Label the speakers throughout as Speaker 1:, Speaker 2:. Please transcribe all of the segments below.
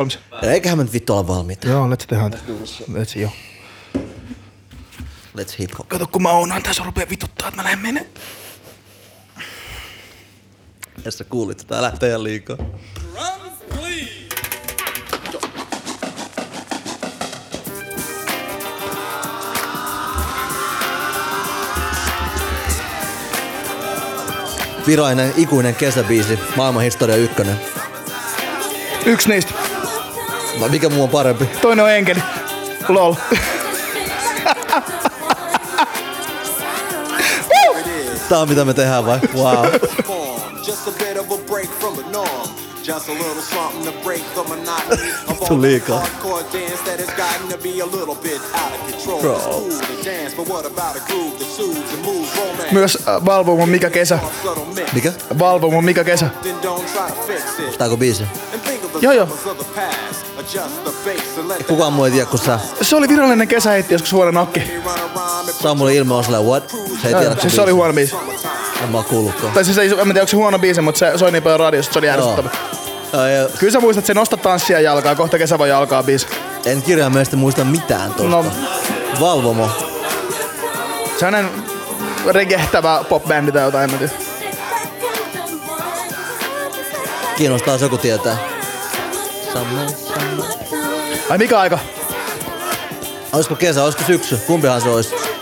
Speaker 1: Olis.
Speaker 2: Eiköhän me nyt vittu olla valmiita.
Speaker 1: Joo, let's tehdään tästä. Let's joo.
Speaker 2: Let's hip hop.
Speaker 1: Kato, kun mä oonaan, tässä rupeaa vituttaa, että mä lähden menen.
Speaker 2: Jos sä kuulit, tää lähtee ihan liikaa. Virainen, ikuinen kesäbiisi, maailman historia ykkönen.
Speaker 1: Yksi niistä.
Speaker 2: Vai mikä muu on parempi?
Speaker 1: Toinen on enkeli. Lol.
Speaker 2: Tää on mitä me tehdään vai? Wow.
Speaker 3: form. Just a bit of a break from the norm. Just a little something to break the monotony of all the
Speaker 2: Tuliika.
Speaker 3: hardcore dance that has gotten to be a little bit out of control.
Speaker 2: Bro.
Speaker 3: It's cool to dance, but what about a groove that soothes and moves romance?
Speaker 1: Myös äh, Valvomon Mika Kesä.
Speaker 3: Subtle mix,
Speaker 2: Mikä?
Speaker 1: Valvomon Mika Kesä.
Speaker 3: Then don't try to fix it.
Speaker 2: Tääkö biisi?
Speaker 3: And think of the
Speaker 1: Joo, joo.
Speaker 3: summers of the past. Adjust the bass and let
Speaker 2: Kukaan muu ei tiedä kuin sä.
Speaker 1: Se oli virallinen kesähitti joskus vuoden nakki.
Speaker 3: the run around and
Speaker 2: Samuli ilme on silleen, what? Se ei tiedä,
Speaker 1: Joo,
Speaker 2: kun
Speaker 1: siis se oli
Speaker 2: biisi.
Speaker 1: huono biisi.
Speaker 3: summertime.
Speaker 2: En mä oo kuullutkaan.
Speaker 1: Tai siis ei, en mä tiedä, onko se huono biisi, mutta se soi niin paljon radiossa, että se oli
Speaker 2: Joo.
Speaker 1: ärsyttävä.
Speaker 2: Joo, joo.
Speaker 1: Kyllä sä muistat sen nosta tanssia jalkaa, kohta kesä voi jalkaa biisi.
Speaker 2: En kirjaimellisesti muista mitään tosta.
Speaker 1: No.
Speaker 2: Valvomo.
Speaker 1: Se on näin regehtävä popbändi tai jotain, en mä tiedä.
Speaker 2: Kiinnostaa, jos joku tietää. Summer,
Speaker 1: Ai mikä aika?
Speaker 2: Olisiko kesä, olisiko syksy? Kumpihan se olisi?
Speaker 3: School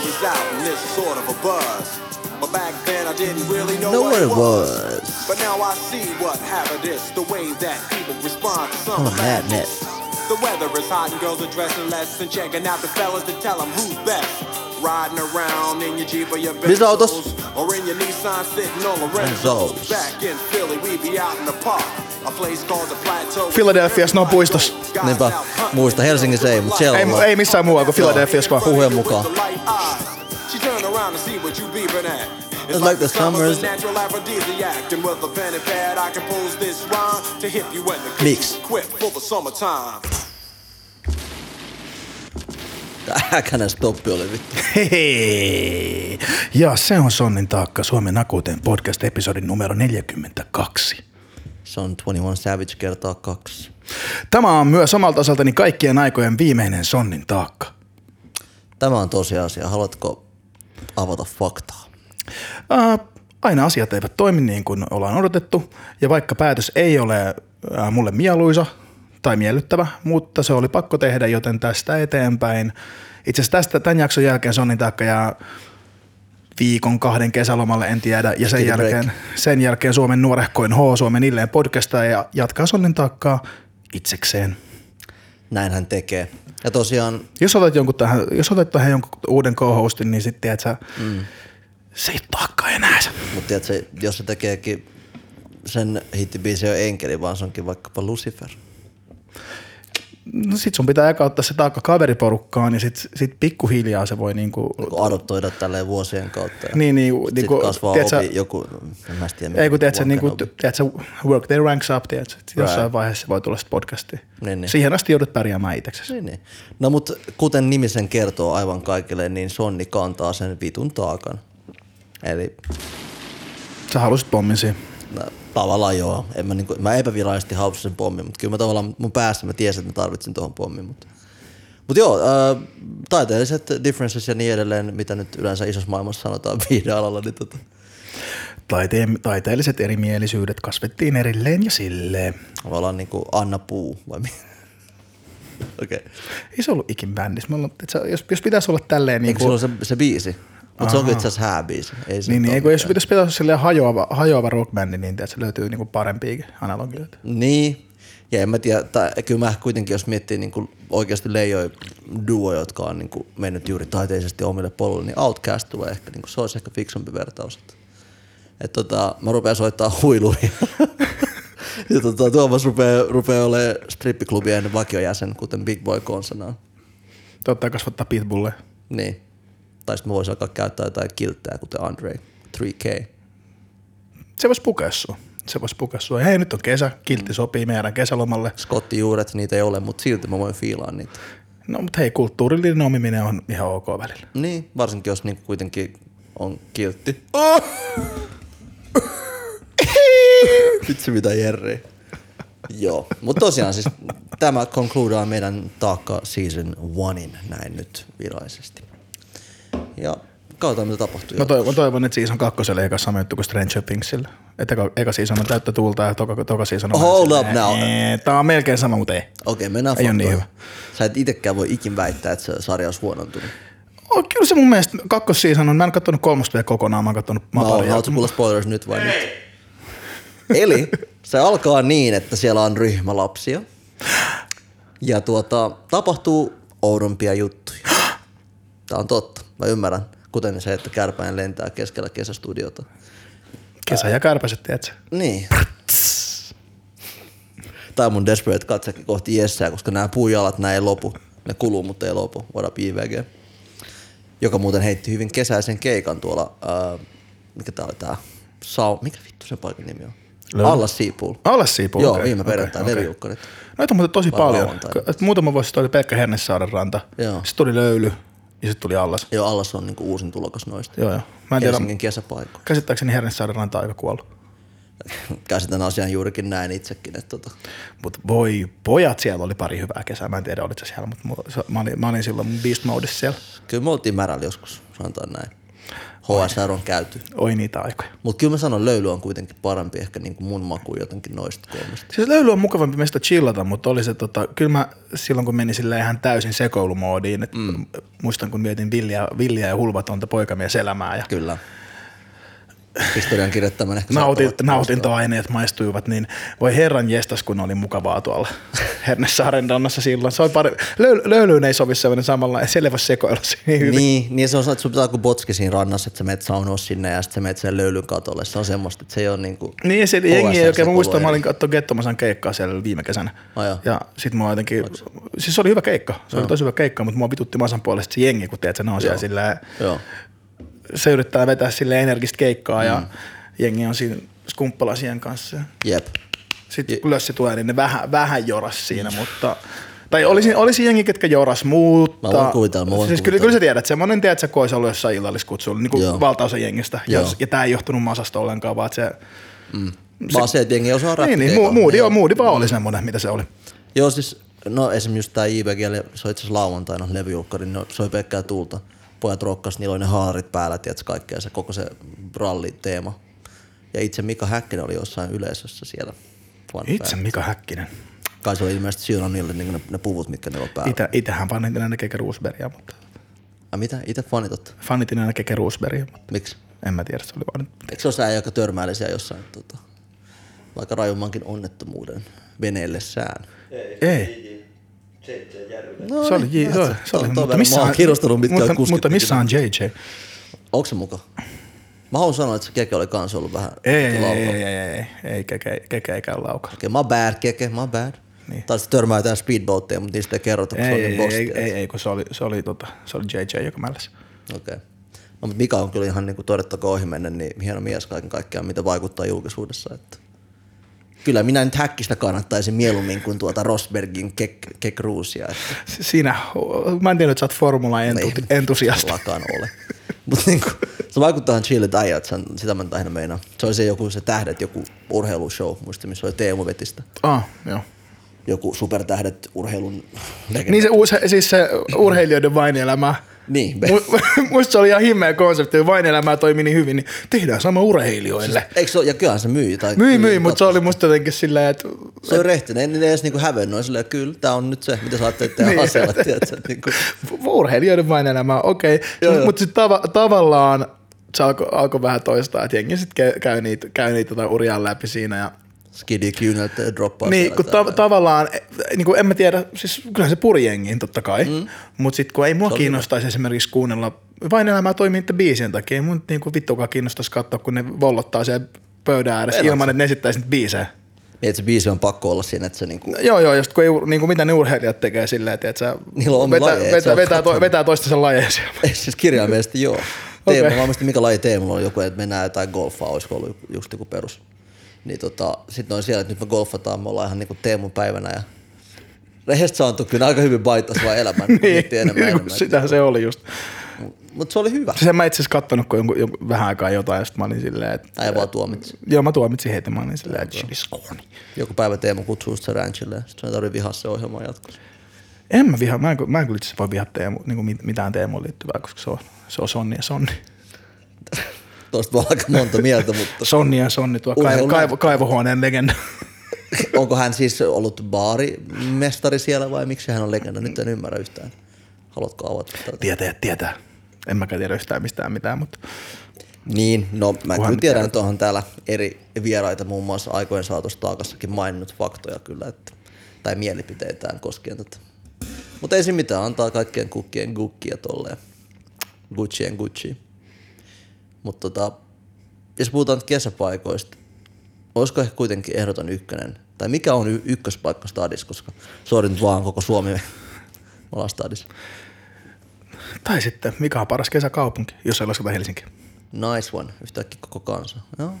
Speaker 3: is out and there's sort of a buzz. But back then I didn't really know,
Speaker 2: No
Speaker 3: what
Speaker 2: what it
Speaker 3: it was.
Speaker 2: was.
Speaker 3: But now I see what happened is the way that people respond to summer
Speaker 2: Oh, madness.
Speaker 3: The weather is hot and girls are dressing less and checking out the fellas to tell 'em who's best. Riding around in your Jeep or your
Speaker 2: autos.
Speaker 3: Benzos, or in your Nissan sitting on the
Speaker 2: Benzos.
Speaker 3: Renzos. Back in Philly, we be out in the park. A place called the Plateau.
Speaker 1: Philadelphiassa, no puistossa.
Speaker 2: Niinpä. Muista, Helsingissä ei, mut siellä
Speaker 1: Ei,
Speaker 2: on.
Speaker 1: ei missään muualla kuin Philadelphiassa vaan.
Speaker 2: Puhujan mukaan.
Speaker 3: She turned around to see what you beeping at. It's
Speaker 2: like the
Speaker 3: summer's
Speaker 2: summer's-
Speaker 3: a natural aphrodisiac. And with a pen and pad, I compose this rhyme to hit you when the kitchen
Speaker 2: Mix.
Speaker 3: is Quit for the summertime.
Speaker 2: Tää häkänä stoppi oli vittu.
Speaker 1: Hei. Ja se on Sonnin taakka Suomen akuuteen podcast episodin numero 42.
Speaker 2: Se on 21 Savage kertaa kaksi.
Speaker 1: Tämä on myös omalta osaltani kaikkien aikojen viimeinen Sonnin taakka.
Speaker 2: Tämä on tosiasia. Haluatko avata faktaa?
Speaker 1: Ää, aina asiat eivät toimi niin kuin ollaan odotettu, ja vaikka päätös ei ole ää, mulle mieluisa tai miellyttävä, mutta se oli pakko tehdä, joten tästä eteenpäin. Itse asiassa tästä, tämän jakson jälkeen Sonnin taakka jää viikon kahden kesälomalle, en tiedä, ja sen
Speaker 2: Take a break.
Speaker 1: jälkeen, sen jälkeen Suomen nuorehkoin H, Suomen illeen podcastaa ja jatkaa Sonnin taakkaa itsekseen.
Speaker 2: Näin hän tekee. Ja tosiaan
Speaker 1: Jos otat, jonkun tähän, jos otat tähän jonkun uuden co-hostin, niin sitten tiedät sä, mm. se ei ole taakka enää.
Speaker 2: Mutta tiedätkö, jos se tekeekin sen hittibiisi ei ole enkeli, vaan se onkin vaikkapa Lucifer.
Speaker 1: No sit sun pitää eka ottaa se taakka kaveriporukkaan ja sit, sit pikkuhiljaa se voi niinku,
Speaker 2: Kun adoptoida tälleen vuosien kautta. Ja
Speaker 1: Niin, niin,
Speaker 2: sit
Speaker 1: niinku,
Speaker 2: kasvaa
Speaker 1: tiedätkö-
Speaker 2: opi, joku, en mä tiedä.
Speaker 1: ei kun tiedät sä,
Speaker 2: Walken
Speaker 1: niinku,
Speaker 2: opi.
Speaker 1: tiedät sä, work their ranks up, tiedät sä, sit jossain
Speaker 2: Right.
Speaker 1: vaiheessa voi tulla sit podcastiin.
Speaker 2: Niin, niin.
Speaker 1: Siihen asti joudut pärjäämään itseksesi.
Speaker 2: Niin, niin. No mut kuten nimi sen kertoo aivan kaikille, niin Sonni kantaa sen vitun taakan. Eli
Speaker 1: Sä halusit pommin siihen.
Speaker 2: no, tavallaan joo. En mä, niinku, mä epävirallisesti halusin sen pommin, mutta kyllä mä tavallaan mun päässä mä tiesin, että mä tarvitsin tuohon pommin. Mutta mut joo, äh, taiteelliset differences ja niin edelleen, mitä nyt yleensä isossa maailmassa sanotaan viidealalla, niin tota,
Speaker 1: Taiteen, taiteelliset erimielisyydet kasvettiin erilleen ja silleen.
Speaker 2: Tavallaan niinku Anna Puu vai mi- Okei. Okay.
Speaker 1: Ei se ollut ikin bändissä. Me ollaan, tiedät sä, jos, jos pitäisi olla tälleen
Speaker 2: Eikö
Speaker 1: niinku,
Speaker 2: sulla se, se biisi? Mutta se onko itse asiassa hääbiisi? Ei se
Speaker 1: niin,
Speaker 2: nyt
Speaker 1: niin,
Speaker 2: oo
Speaker 1: eikö, jos
Speaker 2: mikään.
Speaker 1: pitäisi pitää silleen hajoava, hajoava rockbändi, niin tiedät, sä, löytyy niinku parempiakin analogioita.
Speaker 2: Niin. Ja en mä tiedä, tai kyllä mä ehkä jos miettii niinku oikeasti leijoi duo, jotka on niinku mennyt juuri taiteisesti omille poluille, niin Outcast tulee ehkä, niinku, se olisi ehkä fiksumpi vertaus. Et, et tota, mä rupean soittaa huiluja. ja tota, Tuomas rupeaa, rupeaa olemaan strippiklubien vakiojäsen, kuten Big Boy Konsanaan.
Speaker 1: Totta kasvattaa pitbulleja.
Speaker 2: Niin. Tai sitten mä voisin alkaa käyttää jotain kilttää, kuten Andre 3K.
Speaker 1: Se voisi pukea sua. Se voisi pukea sua. Hei, nyt on kesä.
Speaker 2: Mm.
Speaker 1: Kiltti sopii meidän kesälomalle.
Speaker 2: Skottijuuret, niitä ei ole, mutta silti mä voin fiilaa niitä.
Speaker 1: No, mutta hei, kulttuurillinen omiminen on ihan ok välillä.
Speaker 2: Niin, varsinkin jos niinku
Speaker 1: Oh!
Speaker 2: kuitenkin on kiltti. Vitsi mitä Jerri. Joo, mutta tosiaan siis tämä konkluudaa meidän taakka season onein näin nyt virallisesti. Ja katsotaan mitä tapahtuu.
Speaker 1: Mä toivon, mä toivon että season kakkoselle eka sama juttu kuin Stranger Thingsille. Että eka, eka season on täyttä tuulta ja toka, toka season on...
Speaker 2: Hold
Speaker 1: vähän
Speaker 2: up now.
Speaker 1: "Eh, Tää on melkein sama, mutta ei.
Speaker 2: Okei, mennään
Speaker 1: Ei oo niin
Speaker 2: faktoihin. Sä et itekään voi ikin väittää, että se sarja olisi huonontunut.
Speaker 1: Oh, kyllä se mun mielestä kakkosseason on. Mä en oo kattonut kolmosta vielä kokonaan, mä oon kattonut... Mä
Speaker 2: Mä
Speaker 1: oon
Speaker 2: oon,
Speaker 1: paljon-
Speaker 2: haluatko kuulla spoilers nyt vai nyt? Eli se alkaa niin, että siellä on ryhmä lapsia. Ja tuota, tapahtuu oudompia juttuja. Tää on totta, mä ymmärrän. Kuten se, että kärpäin lentää keskellä kesästudiota.
Speaker 1: Kesä ja kärpäset, tiedätkö?
Speaker 2: Niin. Tää on mun desperate katsekin kohti Jesseä, koska nämä puujalat näin ei lopu. Ne kuluu, mutta ei lopu. What up, IVG? Joka muuten heitti hyvin kesäisen keikan tuolla, äh, mikä tää oli tää? Sao, mikä vittu sen paikan nimi on?
Speaker 1: Löydä.
Speaker 2: Alla Siipul.
Speaker 1: Alla siipu.
Speaker 2: Joo,
Speaker 1: okei,
Speaker 2: viime
Speaker 1: okei,
Speaker 2: perjantai,
Speaker 1: okei.
Speaker 2: levyjukkarit.
Speaker 1: Noita on muuten tosi
Speaker 2: Vai
Speaker 1: paljon.
Speaker 2: lauantaina.
Speaker 1: Et Muutama vuosi sitten oli Pekka Hernesaaren ranta.
Speaker 2: Joo.
Speaker 1: Sitten tuli löyly ja sitten tuli allas.
Speaker 2: Joo, Allas on niinku uusin tulokas noista.
Speaker 1: Joo, joo. Mä en tiedä,
Speaker 2: Helsingin kesäpaikko.
Speaker 1: käsittääkseni Hernesaaren ranta on aika kuollut.
Speaker 2: Käsitän asian juurikin näin itsekin, että tota,
Speaker 1: Mutta voi pojat, siellä oli pari hyvää kesää. Mä en tiedä, olit sä siellä, mutta mä olin, mä olin silloin mun beast modessa siellä.
Speaker 2: kyllä me oltiin märällä joskus, sanotaan näin. HSR on käyty.
Speaker 1: Oi niitä aikoja.
Speaker 2: Mutta kyllä mä sanon, löyly on kuitenkin parempi ehkä niin kuin mun maku jotenkin noista kolmesta.
Speaker 1: Siis löyly on mukavampi meistä chillata, mutta oli se tota, kyllä mä silloin kun menin sille ihan täysin sekoilumoodiin, että mm. muistan kun mietin villiä, villiä ja hulvatonta poikamieselämää ja
Speaker 2: Kyllä. Historian kirjoittaminen ehkä
Speaker 1: nautin,
Speaker 2: saattavat-
Speaker 1: nautintoaineet maistuivat, niin voi herran jestas, kun oli mukavaa tuolla Hernesaaren rannassa silloin. Se on pari, löy, löylyyn ei sovi sellainen samanlainen selvä sekoilu siinä niin hyvin.
Speaker 2: Niin, niin se on se, että sun pitää kuin botski siinä rannassa, että sä menet saunoa sinne ja sitten sä menet sen löylyn katolle. Se on semmoista, että se ei ole niin kuin
Speaker 1: Niin, se jengi ei oikein, mä muistan, mä olin
Speaker 2: katsoa.
Speaker 1: katsoa Gettomasan keikkaa siellä viime kesänä.
Speaker 2: Ai joo.
Speaker 1: ja sit mua jotenkin, siis se oli hyvä keikka, se oli tosi hyvä keikka, mutta mua vitutti Masan puolesta se jengi, kun tiedät, se on siellä sillä,
Speaker 2: Joo.
Speaker 1: se yrittää vetää sille energistä keikkaa
Speaker 2: Mm.
Speaker 1: ja jengi on siinä skumppalasien kanssa.
Speaker 2: Jep.
Speaker 1: Sitten kun lössi tulee, niin ne vähän, vähän joras siinä, mutta... Tai olisi, olisi jengi, ketkä joras, mutta...
Speaker 2: Mä voin kuvitella, mä voin
Speaker 1: siis kyllä,
Speaker 2: kuvitella.
Speaker 1: kyllä sä tiedät, semmoinen tiedät, sä, kun olisi ollut jossain illalliskutsulla, niin kuin
Speaker 2: Joo.
Speaker 1: valtaosa jengistä. Ja,
Speaker 2: Joo.
Speaker 1: ja tämä ei johtunut masasta ollenkaan, vaan että se...
Speaker 2: Vaan se, että jengi osaa
Speaker 1: Niin, niin
Speaker 2: ratkeikaa.
Speaker 1: mu- muudi, on, muudi vaan oli semmoinen, mitä se oli.
Speaker 2: Joo, siis no esimerkiksi just tää IBG, se on itse asiassa lauantaina levyjulkkari, niin soi pelkkää tuulta. Pojat rokkas, niillä oli ne haarit päällä, tiedätkö, kaikkea se koko se ralliteema. Ja itse Mika Häkkinen oli jossain yleisössä siellä. Fun
Speaker 1: Itse
Speaker 2: fact.
Speaker 1: Mika Häkkinen.
Speaker 2: Kai se oli ilmeisesti Synonille niin ne, ne, puvut, mitkä ne on päällä. Itä.
Speaker 1: Itä, itähän fanitin aina Keke Roosbergia, mutta...
Speaker 2: Ja mitä? Itse fanitot?
Speaker 1: Fanitin aina Keke Roosbergia, mutta
Speaker 2: Miksi?
Speaker 1: en mä tiedä, se oli vaan...
Speaker 2: Eikö se ole se äijä, joka törmäili siellä jossain tota, vaikka rajummankin onnettomuuden veneelle sään?
Speaker 1: Ei.
Speaker 2: No
Speaker 1: se oli,
Speaker 2: niin,
Speaker 1: J- se oli,
Speaker 2: näet sä.
Speaker 1: se oli,
Speaker 2: Ton
Speaker 1: mutta
Speaker 2: verran Mä
Speaker 1: missä
Speaker 2: oon kirjoittanut mitkä
Speaker 1: mutta,
Speaker 2: on kuskit
Speaker 1: mutta missä
Speaker 2: ikinä.
Speaker 1: on JJ?
Speaker 2: Onko se muka? Mä haluan sanoa, että se keke oli kans ollut vähän
Speaker 1: Ei, ei,
Speaker 2: laukaa.
Speaker 1: ei, ei, ei, ei, keke, keke ei käy laukalla.
Speaker 2: Okei, my bad, keke, my bad. Niin. Tai sitten törmää jotain speedboatteja, mutta niistä ei kerrota, kun
Speaker 1: Ei,
Speaker 2: se on
Speaker 1: ei,
Speaker 2: niin
Speaker 1: ei,
Speaker 2: boss.
Speaker 1: ei, ei,
Speaker 2: tiedät.
Speaker 1: ei, kun se oli, se oli, tota, se oli JJ, joka mälläsi.
Speaker 2: Okei. No, mutta Mika on kyllä ihan niin kuin todettakoon ohi mennä, niin hieno mies kaiken kaikkiaan, mitä vaikuttaa julkisuudessa. Että. Kyllä minä nyt häkkistä kannattaisin mieluummin kuin tuota Rosbergin kek, kekruusia. Että.
Speaker 1: Si- Siinä, mä en tiedä, että sä oot
Speaker 2: Niin.
Speaker 1: formula-entusiasti.
Speaker 2: Lakaan ole. Mutta niinku, se vaikuttaa ihan chillit äijät, sen- sitä mä nyt aina meinaan. Se oli se joku, se tähdet, joku urheilushow, muista missä oli Teemu Vetistä.
Speaker 1: Ah, joo.
Speaker 2: Joku supertähdet urheilun legenda.
Speaker 1: Niin se, uusi, siis se urheilijoiden vainielämä.
Speaker 2: Niin.
Speaker 1: Mu- Musta se oli ihan himmeä konsepti, kun vainielämää toimi niin hyvin, niin tehdään sama urheilijoille.
Speaker 2: Eikö se ole, ja kyllähän se myi. Tai
Speaker 1: Myi, myi,
Speaker 2: katso.
Speaker 1: mutta se oli musta jotenkin silleen, että
Speaker 2: Se on rehtinen, en ne edes niinku hävennyt, on silleen, kyllä, tää on nyt se, mitä sä ajattelet tehdä
Speaker 1: Niin.
Speaker 2: asialle, tiedätkö, niinku.
Speaker 1: urheilijoiden vainielämää, okei.
Speaker 2: Joo,
Speaker 1: Okay.
Speaker 2: joo.
Speaker 1: Mutta sitten tava- tavallaan se alkoi alko vähän toistaa, että jengi sitten käy niitä, käy niitä tota uriaan läpi siinä ja
Speaker 2: Skidi kyyneltä ja droppaa.
Speaker 1: Niin,
Speaker 2: siellä
Speaker 1: kun
Speaker 2: täällä.
Speaker 1: ta- tavallaan, eh, niin kuin en mä tiedä, siis kyllähän se puri jengiin totta kai, mm. mutta sitten kun ei mua kiinnostaisi esimerkiksi kuunnella, vain elämää toimii niiden biisien takia, ei mun niin kuin vittukaan kiinnostaisi katsoa, kun ne vollottaa siellä pöydän ääressä
Speaker 2: Pelaa.
Speaker 1: ilman, että ne esittäisi niitä biisejä.
Speaker 2: Niin, että se biisi on pakko olla siinä, että se niinku,
Speaker 1: No, joo, joo, just kun ei, niin kuin mitä ne urheilijat tekee silleen, että sä
Speaker 2: Niillä on
Speaker 1: vetää,
Speaker 2: lajeja, et
Speaker 1: vetää,
Speaker 2: sä oot
Speaker 1: vetää, to,
Speaker 2: katsonut.
Speaker 1: vetää toista sen lajeja siellä.
Speaker 2: ei siis kirjaimellisesti joo. Teemu,
Speaker 1: Okei.
Speaker 2: mä muistin, mikä laji Teemulla oli joku, että mennään jotain golfaa, olisiko ollut just joku perus. Niin tota, sit ne on siellä, että nyt me golfataan, me ollaan ihan niinku Teemun päivänä ja rehellisesti saantu kyllä aika hyvin baitas vaan elämän, niin, enemmän,
Speaker 1: niin,
Speaker 2: enemmän.
Speaker 1: kun sitähän se oli just.
Speaker 2: Mutta se oli hyvä.
Speaker 1: Sen mä itse asiassa kattonut, kun jonkun, jonkun, vähän aikaa jotain, ja sit mä olin silleen, että...
Speaker 2: Äijä vaan tuomitsi.
Speaker 1: Joo, mä tuomitsin heti, mä olin silleen, että shit is corny.
Speaker 2: Joku päivä Teemu kutsuu sitä ranchille, sitten ei tarvitse vihaa se ohjelmaa jatkossa.
Speaker 1: En mä vihaa, mä en, mä en kyllä itse asiassa voi vihaa teemu, niin kuin mit- mitään Teemuun liittyvää, koska se on, se on sonni ja sonni.
Speaker 2: Tuosta voi olla aika monta mieltä, mutta
Speaker 1: Sonni ja sonni, tuo
Speaker 2: Urheilu-
Speaker 1: kaivo, kaivo, kaivohuoneen legenda.
Speaker 2: onko hän siis ollut baarimestari siellä vai miksi hän on legenda? Nyt en ymmärrä yhtään. Haluatko avata tätä?
Speaker 1: tietää, tietää. En mäkään tiedä yhtään mistään mitään, mutta
Speaker 2: Niin, no mä
Speaker 1: Kunhan
Speaker 2: kyllä tiedän, että onhan täällä eri vieraita muun muassa aikojen saatossa taakassakin maininnut faktoja kyllä, että, tai mielipiteitään koskien tätä. Mutta ei se mitään, antaa kaikkien kukkien gukkia tolleen. Guccien Gucci. Mutta tota, jos puhutaan nyt kesäpaikoista, olisiko ehkä kuitenkin ehdoton ykkönen? Tai mikä on y- ykköspaikka stadissa, koska sori nyt vaan koko Suomi. Me ollaan stadissa.
Speaker 1: tai sitten, mikä on paras kesäkaupunki, jos ei lasketa Helsinki.
Speaker 2: Nice one, yhtäkkiä koko kansa. Joo.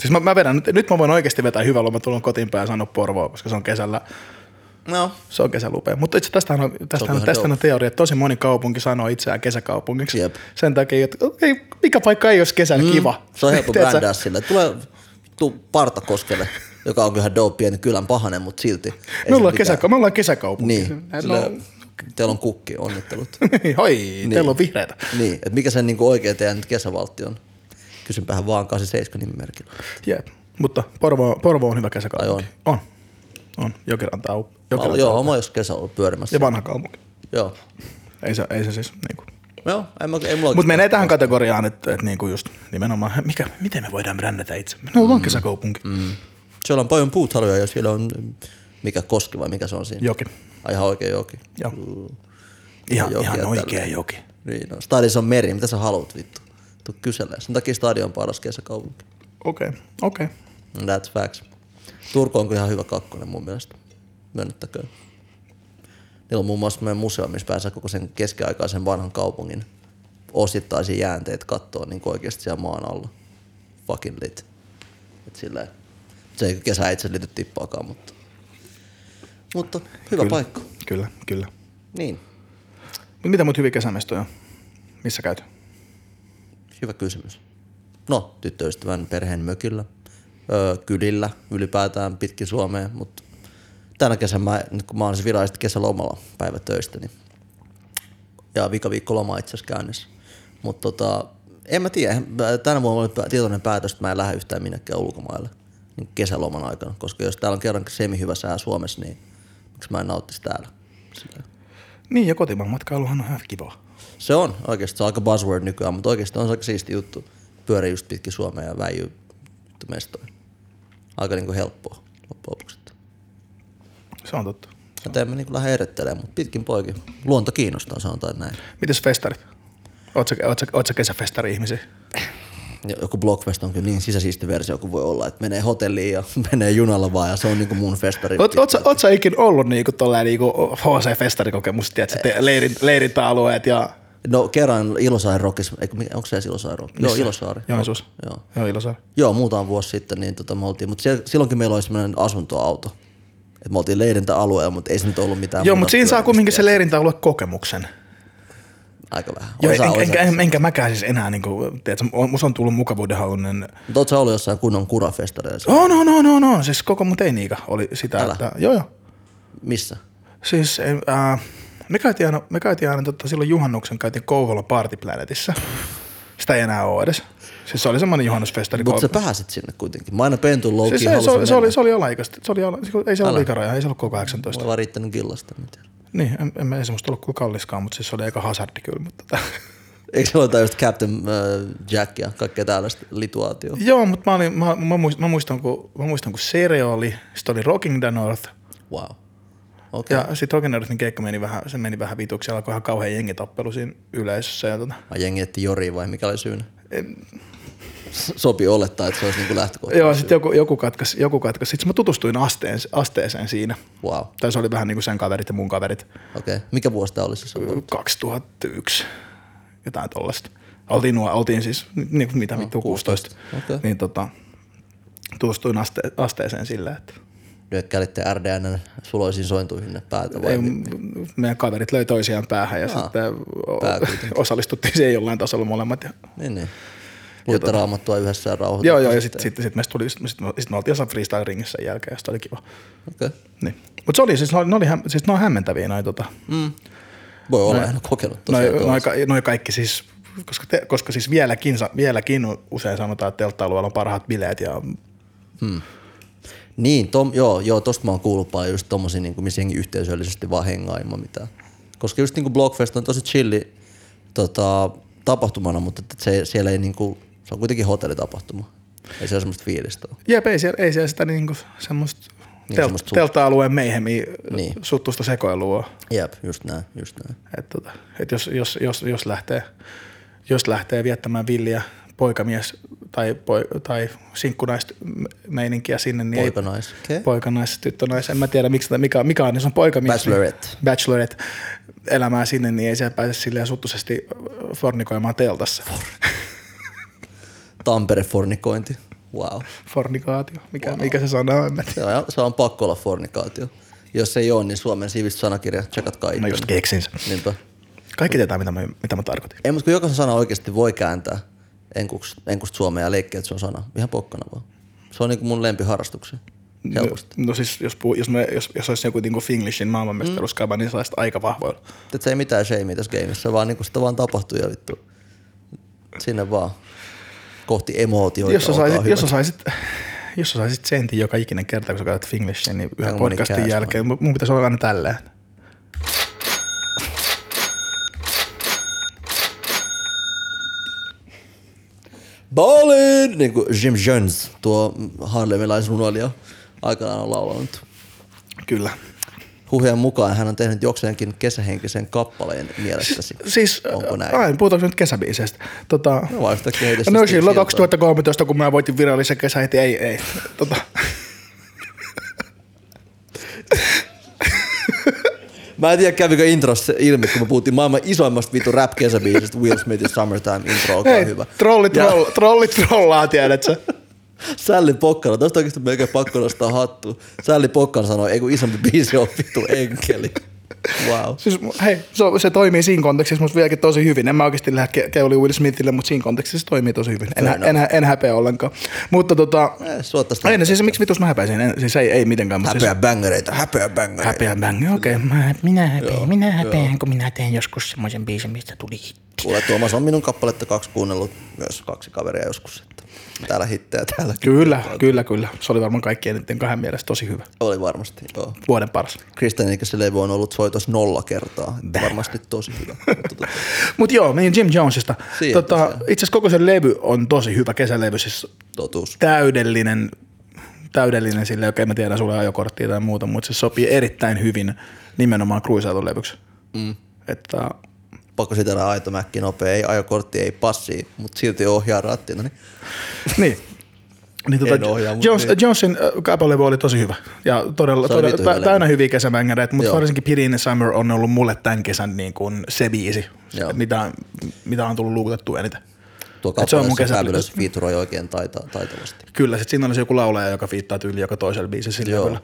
Speaker 1: Siis mä, mä vedän, nyt, nyt mä voin oikeasti vetää hyvällä, mä tulen kotiin päin ja sanon Porvoa, koska se on kesällä,
Speaker 2: No,
Speaker 1: se on kesälupea. Mutta itse tästähän on, tästähän, on,
Speaker 2: ihan
Speaker 1: tästähän on
Speaker 2: dope.
Speaker 1: teoria, että tosi moni kaupunki sanoo itseään kesäkaupungiksi.
Speaker 2: Jep.
Speaker 1: Sen takia, että okay, mikä paikka ei olisi kesällä mm, kiva.
Speaker 2: Se on helppo
Speaker 1: Tiedätkö?
Speaker 2: brändää sillä. Tulee tuu Partakoskelle, joka on kyllähän dope pieni kylän pahanen, mutta silti. ei
Speaker 1: Me
Speaker 2: se
Speaker 1: ollaan,
Speaker 2: mitään.
Speaker 1: kesäka- me ollaan kesäkaupunki.
Speaker 2: Niin, sillä,
Speaker 1: No,
Speaker 2: teillä on kukki, onnittelut.
Speaker 1: hoi, niin. teillä on vihreitä.
Speaker 2: niin, että mikä sen niinku oikein teidän nyt kesävaltti on? Kysynpähän vaan 87 nimimerkillä.
Speaker 1: Jep. Mutta Porvo, Porvo on hyvä kesäkaupunki.
Speaker 2: Ai
Speaker 1: On. On. Jokiranta on. Jokiranta
Speaker 2: Joo,
Speaker 1: on.
Speaker 2: oma jos kesä ollut pyörimässä.
Speaker 1: Ja vanha kaupunki.
Speaker 2: Joo.
Speaker 1: Ei se, ei se siis niinku.
Speaker 2: Joo, en mä, ei mulla
Speaker 1: Mutta menee tähän kategoriaan, että, että niinku just nimenomaan, mikä, miten me voidaan brändätä itse? Me ollaan mm. kesäkaupunki. Mm.
Speaker 2: Siellä on paljon puutaloja ja siellä on mikä koski vai mikä se on siinä?
Speaker 1: Joki.
Speaker 2: Ai, ihan oikein joki.
Speaker 1: Joo. Ihan,
Speaker 2: joki
Speaker 1: ihan
Speaker 2: ja
Speaker 1: oikea
Speaker 2: tälleen.
Speaker 1: joki.
Speaker 2: Niin, no. Stadissa on meri, mitä sä haluat vittu? Tuu kyselemään. Sen takia stadion on paras kesäkaupunki.
Speaker 1: Okei, okay. okei. Okay.
Speaker 2: That's facts. Turku on kyllä ihan hyvä kakkonen mun mielestä. Myönnettäköön. Niillä on muun muassa meidän museo, missä pääsee koko sen keskiaikaisen vanhan kaupungin osittaisia jäänteitä kattoon niin oikeasti siellä maan alla. Fucking lit. Et silleen, se ei kesä itse liity tippaakaan, mutta, mutta hyvä
Speaker 1: Kyllä.
Speaker 2: kyllä. paikka.
Speaker 1: Kyllä, kyllä.
Speaker 2: Niin,
Speaker 1: Mut mitä muut hyviä kesämestoja on? Missä käyt?
Speaker 2: hyvä kysymys. No, tyttöystävän perheen mökillä, öö, kylillä, ylipäätään pitkin Suomea, mutta tänä kesänä, mä, nyt kun mä oon siis virallisesti kesälomalla päivä töistä, niin ja vika viikko loma itse asiassa käynnissä. Mutta tota, en mä tiedä, Mä- tänä vuonna oli pä- tietoinen päätös, että mä en lähde yhtään minnekään ulkomaille niin kesäloman aikana, koska jos täällä on kerran semi hyvä sää Suomessa, niin miksi mä en nauttisi täällä?
Speaker 1: Niin, ja kotimaan matkailuhan on ihan kivaa.
Speaker 2: Se on oikeasti, se on aika buzzword nykyään, mutta oikeasti on se aika siisti juttu. Pyörii just pitkin Suomea ja väijyy vittu mestoin. Aika niinku helppoa loppujen lopuksi.
Speaker 1: Se on totta.
Speaker 2: Joten en mä niinku lähde erittelemään, mutta pitkin poikin. Luonto kiinnostaa, sanotaan näin.
Speaker 1: Mites festarit? Ootsä, ootsä, ootsä kesäfestari-ihmisiä?
Speaker 2: Ja Joku Blockfest on kyllä niin sisäsiisti versio kuin voi olla, että menee hotelliin ja menee junalla vaan ja se on niinku mun festari.
Speaker 1: Oot, oot, sä- oot sä ikin ollut niinku tolleen niinku HC-festarikokemus, tiedätkö, te- leirin, leirintäalueet ja...
Speaker 2: No kerran Ilosaari Rockis, eikö, mikä- onko se edes Ilosaari Rock? Joo, Ilosaari.
Speaker 1: Joensuus.
Speaker 2: Joo.
Speaker 1: Joo, Ilosaari.
Speaker 2: Joo, muutama vuosi sitten, niin tota, me oltiin, mutta siellä, silloinkin meillä oli semmoinen asuntoauto. Et me oltiin leirintäalueella, mutta ei se nyt ollut mitään.
Speaker 1: Joo,
Speaker 2: muuta
Speaker 1: mutta siinä saa
Speaker 2: pyörimistä.
Speaker 1: kumminkin se leirintäalue kokemuksen.
Speaker 2: Aika vähän.
Speaker 1: Joo,
Speaker 2: Joo, osa,
Speaker 1: en,
Speaker 2: osa.
Speaker 1: enkä, en, enkä mäkään siis enää, niinku, tiedätkö, on- musta on tullut mukavuudenhalunen.
Speaker 2: Mutta oot sä ollut jossain kunnon kurafestareilla?
Speaker 1: Oh, no, no, no, no, siis koko mun teiniikä oli sitä, Älä.
Speaker 2: Älä.
Speaker 1: että joo, joo. Oh.
Speaker 2: Missä?
Speaker 1: Siis äh, me käytiin aina, me käytiin aina tota, silloin juhannuksen käytiin Kouvola Party Planetissa. Sitä ei enää ole edes. Siis se oli semmoinen juhannusfestari.
Speaker 2: Mutta sä pääsit sinne kuitenkin. Mä aina pentun
Speaker 1: Siis
Speaker 2: loukiin
Speaker 1: Oh. se, se, oli, se, oli, se oli alaikäistä. Se oli ala, ei se ollut
Speaker 2: Älä.
Speaker 1: ikäraja, ei se ollut koko 18.
Speaker 2: Mulla ei vaan riittänyt killasta mitään.
Speaker 1: Niin, en, en, ei se musta ollut kuin kalliskaan, mutta siis se oli aika hazardi kyllä. Mutta tota.
Speaker 2: Eikö se ole jotain just Captain äh, Jack ja kaikkea tällaista lituaatioa?
Speaker 1: Joo, mutta mä, olin, mä, mä, muistan, mä, muistan, kun, mä muistan, kun Sere oli, sitten oli Rocking the North,
Speaker 2: Wow. Okei. Okay.
Speaker 1: ja sitten Rocking the Northin keikka meni vähän, se meni vähän vituksi, alkoi ihan kauhean jengitappelu siinä yleisössä. Ja tota.
Speaker 2: Ai jengi etti Jori vai mikä oli syynä? Sopi olettaa, että se olisi niinku lähtökohta.
Speaker 1: Joo, sitten joku, joku katkas, joku katkas. Sitten mä tutustuin asteen, asteeseen siinä.
Speaker 2: Wow.
Speaker 1: Tai se oli vähän niin kuin sen kaverit ja mun kaverit.
Speaker 2: Okei. Okay. Mikä vuosi tää oli siis?
Speaker 1: 2001, jotain tollasta. Oltiin, nuo, oltiin siis, niin kuin mitä vittua, 16.
Speaker 2: No, Okei.
Speaker 1: Niin tota, tutustuin aste, asteeseen sillä, että
Speaker 2: nyökkäilitte RDNn suloisiin sointuihin ne päätä vai? niin,
Speaker 1: Ei,
Speaker 2: mi-
Speaker 1: m- meidän kaverit löi toisiaan päähän ja
Speaker 2: Aa,
Speaker 1: sitten o-
Speaker 2: pää kuitenkin.
Speaker 1: osallistuttiin siihen jollain tasolla molemmat. Ja,
Speaker 2: Niin, niin. Luitte raamattua yhdessä ja rauhoititte.
Speaker 1: joo, joo, ja sitten sit, sit meistä tuli, sit, sit, sit me oltiin jossain freestyle ringissä sen jälkeen, ja sit oli kiva.
Speaker 2: Okei.
Speaker 1: Niin. Mutta se oli, siis ne oli, ne oli, häm- siis ne on hämmentäviä noin tota,
Speaker 2: Voi olla, en ole kokenut tosiaan.
Speaker 1: Noi, noi,
Speaker 2: tuollaista.
Speaker 1: ka, noi kaikki siis, koska, te, koska siis vieläkin, sa- vieläkin usein sanotaan, että telttailueella on parhaat bileet ja
Speaker 2: Niin, tom, joo, joo, tosta mä oon kuullut paljon just tommosia, niin missä jengi yhteisöllisesti vaan hengaa ilman mitään. Koska just niin Blockfest on tosi chilli tota, tapahtumana, mutta et se, siellä ei niin kuin, se on kuitenkin hotellitapahtuma. Ei se ole semmoista fiilistä ole.
Speaker 1: jep, ei siellä, ei siellä sitä niinku semmoista
Speaker 2: Niin,
Speaker 1: tel,
Speaker 2: semmoista su-
Speaker 1: teltta-alueen meihemiä
Speaker 2: Niin.
Speaker 1: niin. suttusta sekoilua on.
Speaker 2: Jep, just näin, just näin.
Speaker 1: Et tota, et jos, jos, jos, jos, lähtee, jos lähtee viettämään villiä poikamies tai, poi, tai sinkkunaista meininkiä sinne, niin
Speaker 2: Poikanais, okei.
Speaker 1: ei, poikanais, tyttönais, en mä tiedä miksi, tai mikä, mikä on, niin se on poikamies.
Speaker 2: Bachelorette.
Speaker 1: Niin, bachelorette elämää sinne, niin ei se pääse silleen suttuisesti fornikoimaan teltassa.
Speaker 2: Tampere-fornikointi, wow.
Speaker 1: Fornikaatio, mikä, wow. mikä se sana on, en mä tiedä.
Speaker 2: Se on, se on pakko olla fornikaatio. Jos ei ole, niin Suomen sivistyssanakirja, tsekatkaa
Speaker 1: Mä No just
Speaker 2: itse.
Speaker 1: keksin sen.
Speaker 2: Niinpä.
Speaker 1: Kaikki tietää, mitä mä, mitä mä tarkoitin.
Speaker 2: Ei, mutta kun jokaisen sana oikeasti voi kääntää enkuks, enkusta suomea ja leikkiä, että se on sana. Ihan pokkana vaan. Se on niinku mun lempiharrastuksia. Helposti.
Speaker 1: No, no siis, jos, puhu, jos, me, jos, jos olisi joku niinku Finglishin maailmanmestaruuskaba, mm. niin saisi aika vahvoilla.
Speaker 2: Et se ei mitään shamea tässä gameissa, vaan niinku sitä vaan tapahtuu ja vittu. Sinne vaan kohti emootioita.
Speaker 1: jos sä
Speaker 2: olkaa
Speaker 1: saisit, jos sä
Speaker 2: hyvät.
Speaker 1: saisit, jos sä saisit sentin joka ikinen kerta, kun sä käytät Finglishin, niin yhden
Speaker 2: Aika moni
Speaker 1: podcastin
Speaker 2: kääs,
Speaker 1: jälkeen, mun mun pitäisi olla aina tälleen.
Speaker 2: Ballin! Niin kuin Jim Jones, tuo harlemilaisrunoilija, aikanaan on laulanut.
Speaker 1: Kyllä.
Speaker 2: Huhujen mukaan hän on tehnyt jokseenkin kesähenkisen kappaleen mielestäsi.
Speaker 1: Siis,
Speaker 2: Onko näin?
Speaker 1: Ai, puhutaanko nyt kesäbiiseistä? Tota,
Speaker 2: No vaan sitä kehitystä
Speaker 1: No
Speaker 2: sitten
Speaker 1: silloin
Speaker 2: sieltä.
Speaker 1: 2013, kun mä voitin virallisen kesän heti, ei, ei. Tota,
Speaker 2: Mä en tiedä kävikö introssa se ilmi, kun me puhuttiin maailman isoimmasta vitu rap kesäbiisistä Will Smithin Summertime intro, olkaa
Speaker 1: hei,
Speaker 2: hyvä.
Speaker 1: trolli,
Speaker 2: Ja
Speaker 1: troll, trolli trollaa, tiedätkö?
Speaker 2: Sälli Pokkala, tosta oikeesti melkein pakko nostaa hattu. Sälli Pokkala sanoi, ei kun isompi biisi on vittu enkeli. Wow.
Speaker 1: Siis, hei, se, on- se toimii siinä kontekstissa musta vieläkin tosi hyvin. En mä oikeasti lähde ke- keuli Will Smithille, mutta siinä kontekstissa se toimii tosi hyvin. En,
Speaker 2: Fair
Speaker 1: en, en, en häpeä ollenkaan. Mutta tota,
Speaker 2: Suottaista.
Speaker 1: ei, no siis miksi vitus mä häpäisin? En, siis ei, ei mitenkään. Mutta
Speaker 2: Häpeä bangereita, häpeä bangereita. Häpeä.
Speaker 1: Häpeän bang, okei. Okay. Minä häpeän,
Speaker 2: Joo,
Speaker 1: minä häpeän, kun minä tein joskus semmoisen biisin, mistä tuli hitti.
Speaker 2: Kuule Tuomas on minun kappaletta kaksi kuunnellut, myös kaksi kaveria joskus. Että täällä hittejä täällä.
Speaker 1: Kyllä, kyllä, kyllä. Se oli varmaan kaikkien niiden kahden mielestä tosi hyvä.
Speaker 2: Oli varmasti, joo.
Speaker 1: Vuoden paras.
Speaker 2: Kristian Ikäisen levy on ollut soitos nolla kertaa. Että Varmasti tosi hyvä. Mutta tota-
Speaker 1: Mutta joo, niin Jim Jonesista.
Speaker 2: Siihen
Speaker 1: Tota,
Speaker 2: tosiaan.
Speaker 1: itse asiassa koko sen levy on tosi hyvä kesälevy, siis
Speaker 2: Totuus.
Speaker 1: täydellinen, täydellinen sille, okei mä tiedän sulle ajokorttia tai muuta, mutta se sopii erittäin hyvin nimenomaan kruisailulevyksi. Mm. Että
Speaker 2: pakko sitellä aito mäkki nopea, ei ajokortti, ei passi, mutta silti ohjaa rattina. Niin.
Speaker 1: Niin. Niin,
Speaker 2: En
Speaker 1: tota,
Speaker 2: ohjaa, mut
Speaker 1: Jones,
Speaker 2: niin.
Speaker 1: Jonesin kapalevy oli tosi hyvä ja todella,
Speaker 2: Se oli
Speaker 1: todella
Speaker 2: vitun hyvä
Speaker 1: tä,
Speaker 2: levy.
Speaker 1: täynnä hyviä kesäbängäreitä, mutta
Speaker 2: Joo.
Speaker 1: varsinkin Pity in the Summer on ollut mulle tämän kesän niin kuin se biisi, se,
Speaker 2: Joo.
Speaker 1: mitä, mitä on tullut luukutettua eniten.
Speaker 2: Tuo
Speaker 1: Et se on mun
Speaker 2: kappaleessa
Speaker 1: kesä-
Speaker 2: Fabulous featuroi oikein taita, taitavasti.
Speaker 1: Kyllä, sit siinä olisi joku laulaja, joka fiittaa tyyli joka toisella biisillä. sillä
Speaker 2: Joo.
Speaker 1: kyllä.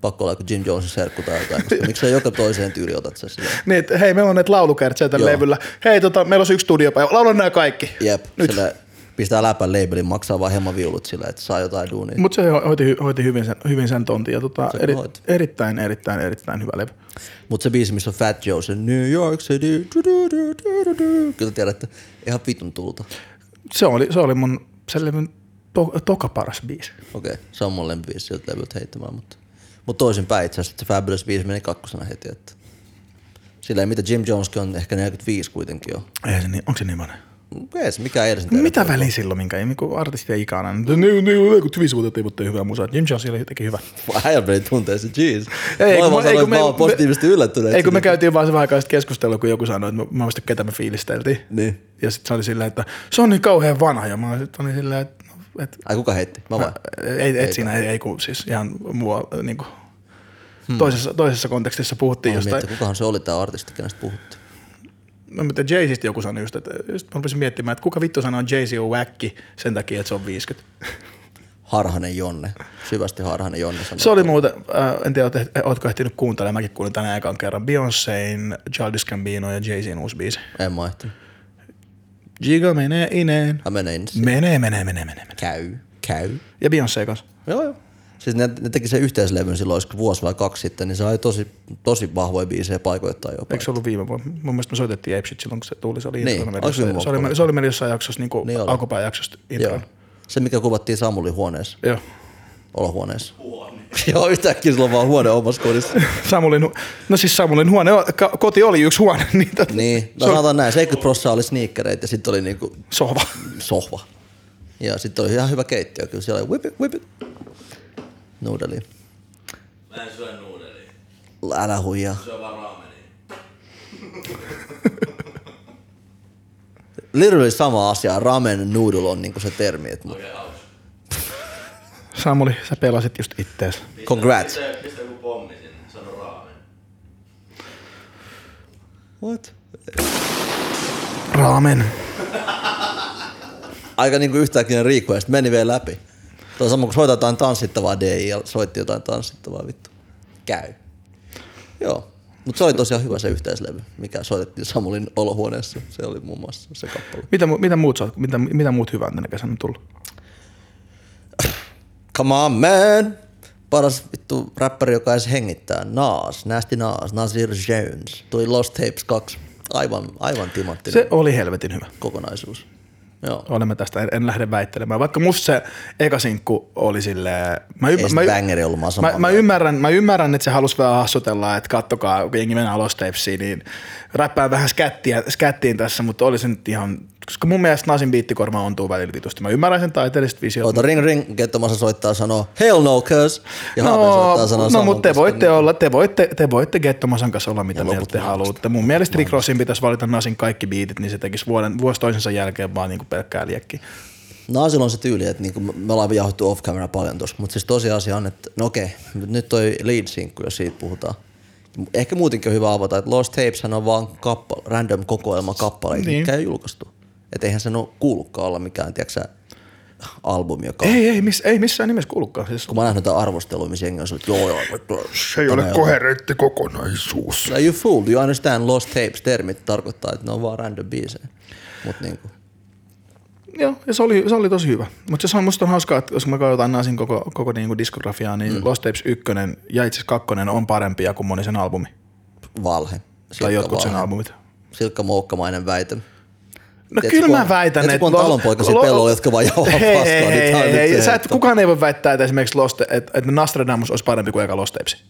Speaker 2: Pakko olla joku Jim Jonesin serkku tai jotain. koska Miksi sä joka toiseen tyyli otat sen silleen?
Speaker 1: Niin, et, hei, meillä on näitä laulukertsejä tällä
Speaker 2: Joo.
Speaker 1: levyllä. Hei, tota, meillä olisi yksi studiopäivä. Laula nämä kaikki.
Speaker 2: Jep, sillä pistää läpän labelin, maksaa vaan hieman viulut sillä, että saa jotain duunia.
Speaker 1: Mutta se ho- hoiti, hy- hoiti hyvin, sen, hyvin sen tontin ja tota, eri,
Speaker 2: hoiti.
Speaker 1: erittäin, erittäin, erittäin hyvä levy.
Speaker 2: Mutta se biisi, missä on Fat Joe, se New York City, du- du- du- du- du- du. kyllä tiedätte, ihan vitun tulta.
Speaker 1: Se oli, se oli mun sen levyn to, toka paras biisi.
Speaker 2: Okei, se on mun lempibiisi sieltä levyltä heittämään, mutta, mutta toisinpäin itse asiassa, että se Fabulous 5 meni kakkosena heti, että sillä ei mitä Jim Joneskin on ehkä 45 kuitenkin jo.
Speaker 1: Ei se niin, onko se niin vanha?
Speaker 2: Ei se mikään edes
Speaker 1: Mitä väliä silloin, minkä ei niinku artisti ei ikana. Ne ne- ne- ne- kun viisi vuotta ei hyvää musaa. Jim Jones oli teki hyvä.
Speaker 2: Ajan meni tunteeseen, jeez.
Speaker 1: Ei,
Speaker 2: Ei,
Speaker 1: kun
Speaker 2: mä
Speaker 1: mä- ei, kun
Speaker 2: olen
Speaker 1: me-
Speaker 2: vaan
Speaker 1: me-
Speaker 2: positiivisesti yllättynyt.
Speaker 1: Ei kun me
Speaker 2: että
Speaker 1: käytiin vaan se vähän aikaa sitten keskustelua, kun joku sanoi, että mä, mä muistan ketä me fiilisteltiin.
Speaker 2: Niin.
Speaker 1: Ja sitten se oli silleen, että se on niin kauhean vanha. Ja mä sit olin silleen, että no, et,
Speaker 2: Ai kuka heitti? Mä vaan.
Speaker 1: ei, et siinä ei, ei kun siis ihan mua niin kuin,
Speaker 2: Hmm.
Speaker 1: toisessa, toisessa kontekstissa puhuttiin
Speaker 2: Mä
Speaker 1: jostain.
Speaker 2: mietin, kukahan se oli tää artisti, kenestä puhuttiin.
Speaker 1: Mä mietin, että Jay-Zistä joku sanoi just, että just mä rupesin miettimään, että kuka vittu sanoo Jay-Z on wacki sen takia, että se on 50.
Speaker 2: Harhanen Jonne. Syvästi Harhanen Jonne sanoi.
Speaker 1: Se oli muuten, äh, en tiedä, oot- ootko ehtinyt kuuntelemaan, mäkin kuulin tänään ekan kerran Beyoncéin, Childish Gambino ja Jay-Zin uusi biisi.
Speaker 2: En mä ehtinyt.
Speaker 1: Giga menee ineen.
Speaker 2: Hän menee ensin.
Speaker 1: Menee, menee, menee, menee. menee.
Speaker 2: Käy. Käy.
Speaker 1: Ja Beyoncé kanssa.
Speaker 2: Joo, joo. Siis ne, ne teki sen yhteislevyn silloin, olisiko vuosi vai kaksi sitten, niin se oli tosi, tosi vahvoja biisejä paikoittain jopa.
Speaker 1: Eikö se ollut viime vuonna? Mun mielestä me soitettiin Ape Shit silloin, kun se tuli. Se oli,
Speaker 2: Niin,
Speaker 1: introna meillä
Speaker 2: oliko se
Speaker 1: jossain- se, oli,
Speaker 2: mokkona?
Speaker 1: me- se oli meillä jossain jaksossa, niin kuin
Speaker 2: Niin
Speaker 1: niin
Speaker 2: oli.
Speaker 1: alkupään jaksosta.
Speaker 2: Joo.
Speaker 1: Joo.
Speaker 2: Se, mikä kuvattiin Samulin huoneessa,
Speaker 1: Joo.
Speaker 2: olohuoneessa. Huone. Joo, yhtäkkiä sulla on vaan huone omassa kodissa.
Speaker 1: Samulin, hu- no siis Samulin huone, ka- koti oli yksi huone, niin, tot,
Speaker 2: niin, no
Speaker 1: se oli
Speaker 2: sanotaan näin, 70 prosenttia oli sneakereita ja sitten oli niinku
Speaker 1: sohva.
Speaker 2: sohva. Ja sitten oli ihan hyvä keittiö, kyllä siellä oli whip it, whip it. Noodeli.
Speaker 4: Mä en syö nuudelia.
Speaker 2: Älä huijaa.
Speaker 4: Syö vaan raamenia.
Speaker 2: Literally sama asia, ramen noodle on niinku se termi. Et, mut
Speaker 4: Oikein hauska.
Speaker 1: Samuli, sä pelasit just ittees.
Speaker 4: Pistä-
Speaker 2: Congrats.
Speaker 4: Pistä, pistä joku pommi sinne. Sano raamen.
Speaker 2: What?
Speaker 1: Raamen.
Speaker 2: aika niinku yhtäkkiä riikkuu ja sitten meni vielä läpi. Tuo on sama kuin soitetaan jotain tanssittavaa DI ja soitti jotain tanssittavaa vittu. Käy. Joo. Mutta se oli tosiaan hyvä se yhteislevy, mikä soitettiin Samulin olohuoneessa. Se oli muun muassa se kappale.
Speaker 1: Mitä, mu- mitä muut, sä oot- mitä, mitä muut hyvää on tänä kesänä tullut?
Speaker 2: Come on man! Paras vittu räppäri, joka edes hengittää. Nas, Nasty Nas, Nasir Jones. Tuli Lost Tapes 2. Aivan, aivan timanttinen
Speaker 1: Se
Speaker 2: se...
Speaker 1: oli helvetin hyvä.
Speaker 2: kokonaisuus. Joo.
Speaker 1: Olemme tästä, en, en lähde väittelemään. Vaikka musta se eka sinkku oli silleen... Mä,
Speaker 2: Ei
Speaker 1: ymmär,
Speaker 2: se
Speaker 1: mä,
Speaker 2: bangeri ollut, mä oon samaa
Speaker 1: mä, mä,
Speaker 2: mieltä.
Speaker 1: ymmärrän, mä ymmärrän, että se halusi vähän hassutella, että kattokaa, kun jengi mennään alostepsiin, niin räppää vähän skättiä, skättiin tässä, mutta oli se nyt ihan... Koska mun mielestä Nasin biittikorma ontuu välillä vitusti. Mä ymmärrän sen taiteelliset visiot.
Speaker 2: Oota, ring ring, Kettomassa soittaa sanoa hell no curse. Ja no, soittaa sanoa
Speaker 1: no
Speaker 2: Samun
Speaker 1: mutta te
Speaker 2: koska
Speaker 1: voitte olla, te voitte, te voitte Gettomasan kanssa olla mitä mieltä
Speaker 2: loput
Speaker 1: te haluatte. Mun mielestä Rick Rossin pitäisi valita Nasin kaikki biitit, niin se tekisi vuoden, vuosi toisensa jälkeen vaan niinku pelkkää liekkiä.
Speaker 2: Oh. Naasilla niin- No, on se tyyli, että niinku me ollaan jauhtu off camera paljon tuossa, mutta siis tosiasia on, että no okei, mut nyt toi lead sinkku, jos siitä puhutaan. Ehkä muutenkin on hyvä avata, että Lost Tapes on vaan kappale, random kokoelma kappaleita, niin.
Speaker 1: Niin.
Speaker 2: mitkä ei julkaistu. Että eihän se no kuulukaan olla mikään, tiedätkö sä, albumi, joka on.
Speaker 1: Ei, ei, miss, ei missään nimessä kuulukaan. Siis
Speaker 2: Kun mä näen noita arvosteluja, missä jengi on sillä, että joo, joo, vittu,
Speaker 1: Se ei ole koherentti kokonaisuus.
Speaker 2: Are No, you fooled? You understand Lost Tapes-termit tarkoittaa, että ne on vaan random biisejä. Mut niinku,
Speaker 1: Joo, ja se oli, se oli tosi hyvä. Mutta se on musta on hauskaa, että jos mä katsotaan Nasin koko, koko niinku diskografiaa, niin mm. Lost Tapes 1 ja itse asiassa 2 on parempia kuin moni sen albumi.
Speaker 2: valhe.
Speaker 1: tai
Speaker 2: Silkka
Speaker 1: jotkut sen
Speaker 2: valhe.
Speaker 1: albumit.
Speaker 2: Silkka moukkamainen väite.
Speaker 1: No
Speaker 2: Tiedätkö,
Speaker 1: kyllä
Speaker 2: kun
Speaker 1: mä
Speaker 2: on-
Speaker 1: väitän,
Speaker 2: tiedätkö,
Speaker 1: että...
Speaker 2: kun on
Speaker 1: Lo-
Speaker 2: talonpoikaisia
Speaker 1: Lo-
Speaker 2: pellolla, jotka vaan jauhaa
Speaker 1: Hei,
Speaker 2: paskaa,
Speaker 1: hei,
Speaker 2: niin
Speaker 1: hei,
Speaker 2: tää on
Speaker 1: hei,
Speaker 2: nyt
Speaker 1: hei,
Speaker 2: se,
Speaker 1: sä et,
Speaker 2: että-
Speaker 1: kukaan ei voi väittää, että esimerkiksi Lost, että, että Nostradamus olisi parempi kuin eka Lost Tapes.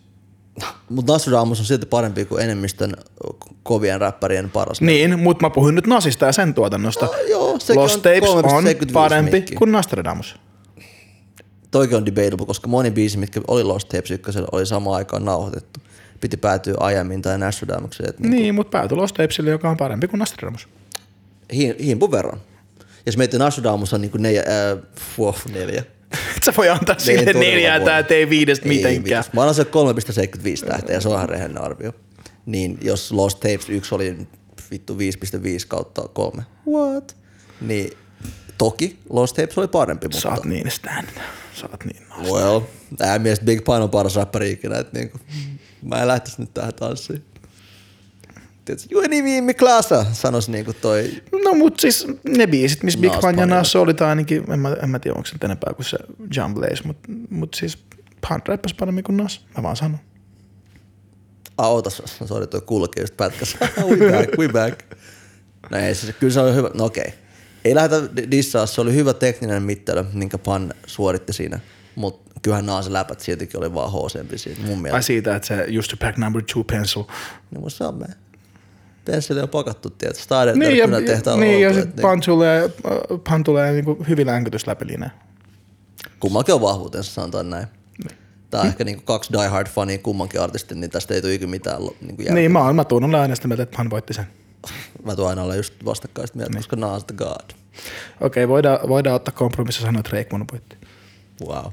Speaker 2: Mutta Nostradamus on silti parempi kuin enemmistön ko- kovien räppärien paras.
Speaker 1: Niin, mutta mä puhun nyt Nasista ja sen tuotannosta.
Speaker 2: No, joo, sekin
Speaker 1: Lost
Speaker 2: on
Speaker 1: Tapes on
Speaker 2: 3,75
Speaker 1: parempi
Speaker 2: mikki.
Speaker 1: kuin Nostradamus.
Speaker 2: Toikin on debatable, koska moni biisi, mitkä oli Lost Tapes 1, oli samaan aikaan nauhoitettu. Piti päätyä aiemmin tai Nostradamukseen. Niin.
Speaker 1: Niin, mutta päätyi Lost Tapesille, joka on parempi kuin Nostradamus. Niin.
Speaker 2: Hiin, hiimpun verran. Jos miettii Nostradamus on niinku neljä, äh, wow, neljä.
Speaker 1: Et sä voi antaa sille
Speaker 2: todella
Speaker 1: neljää
Speaker 2: voi.
Speaker 1: tai tee viidestä mitenkään.
Speaker 2: vitus. Mä annan sille 3,75 tähteä ja se on ihan rehellinen arvio. Niin jos Lost Tapes 1 oli vittu 5,5 kautta 3. What? Niin toki Lost Tapes oli parempi, mutta...
Speaker 1: Sä oot niin stand. Sä oot niin nas.
Speaker 2: Well, tämä mies Big Pine on paras räppäri ikinä, että niinku, mä en lähtis nyt tähän tanssiin. Tiedätkö, you and me, me klasa, sanois niinku toi,
Speaker 1: No mut siis ne biisit, missä Big
Speaker 2: Nas
Speaker 1: Bang ja
Speaker 2: parilla.
Speaker 1: Nas oli, tai ainakin, en mä, en mä tiedä onko se nyt enempää kuin se Jump Blaze, mut, mut siis Pan räppäs paremmin kuin Nas, mä vaan sanon.
Speaker 2: ah, ootas, sori toi kulkee just pätkässä, we back, we back. No ei, siis, kyllä se oli hyvä, no okei. Ei lähdetä di- dissaa, se oli hyvä tekninen mittely, minkä Pan suoritti siinä. Mutta kyllähän Naasen läpät siltikin oli vaan hoosempi siitä mun
Speaker 1: Ai
Speaker 2: mielestä.
Speaker 1: siitä, että se used to pack number two pencil.
Speaker 2: Niin mun samme. Penseli on pakattu, tiedät, Stader
Speaker 1: Niin ja, niin, ja
Speaker 2: oltu,
Speaker 1: sit
Speaker 2: et
Speaker 1: Pan tulee, äh, Pan tulee niinku hyvin länkytys läpi linjan.
Speaker 2: kummankin on vahvuutensa, sanotaan näin.
Speaker 1: Niin.
Speaker 2: Tää on ehkä niinku kaksi Die Hard fania kummankin artistin, niin tästä ei tule ikinä mitään lo- niinku järkeä.
Speaker 1: Niin mä oon, mä tuun olla aina sitä mieltä, että Pan voitti sen.
Speaker 2: Mä tuon aina olla just vastakkaista
Speaker 1: Niin.
Speaker 2: mieltä, koska Nas the God.
Speaker 1: Okei, voidaan, voidaan ottaa kompromissi ja sanoa, että Drake mun voitti.
Speaker 2: Wow.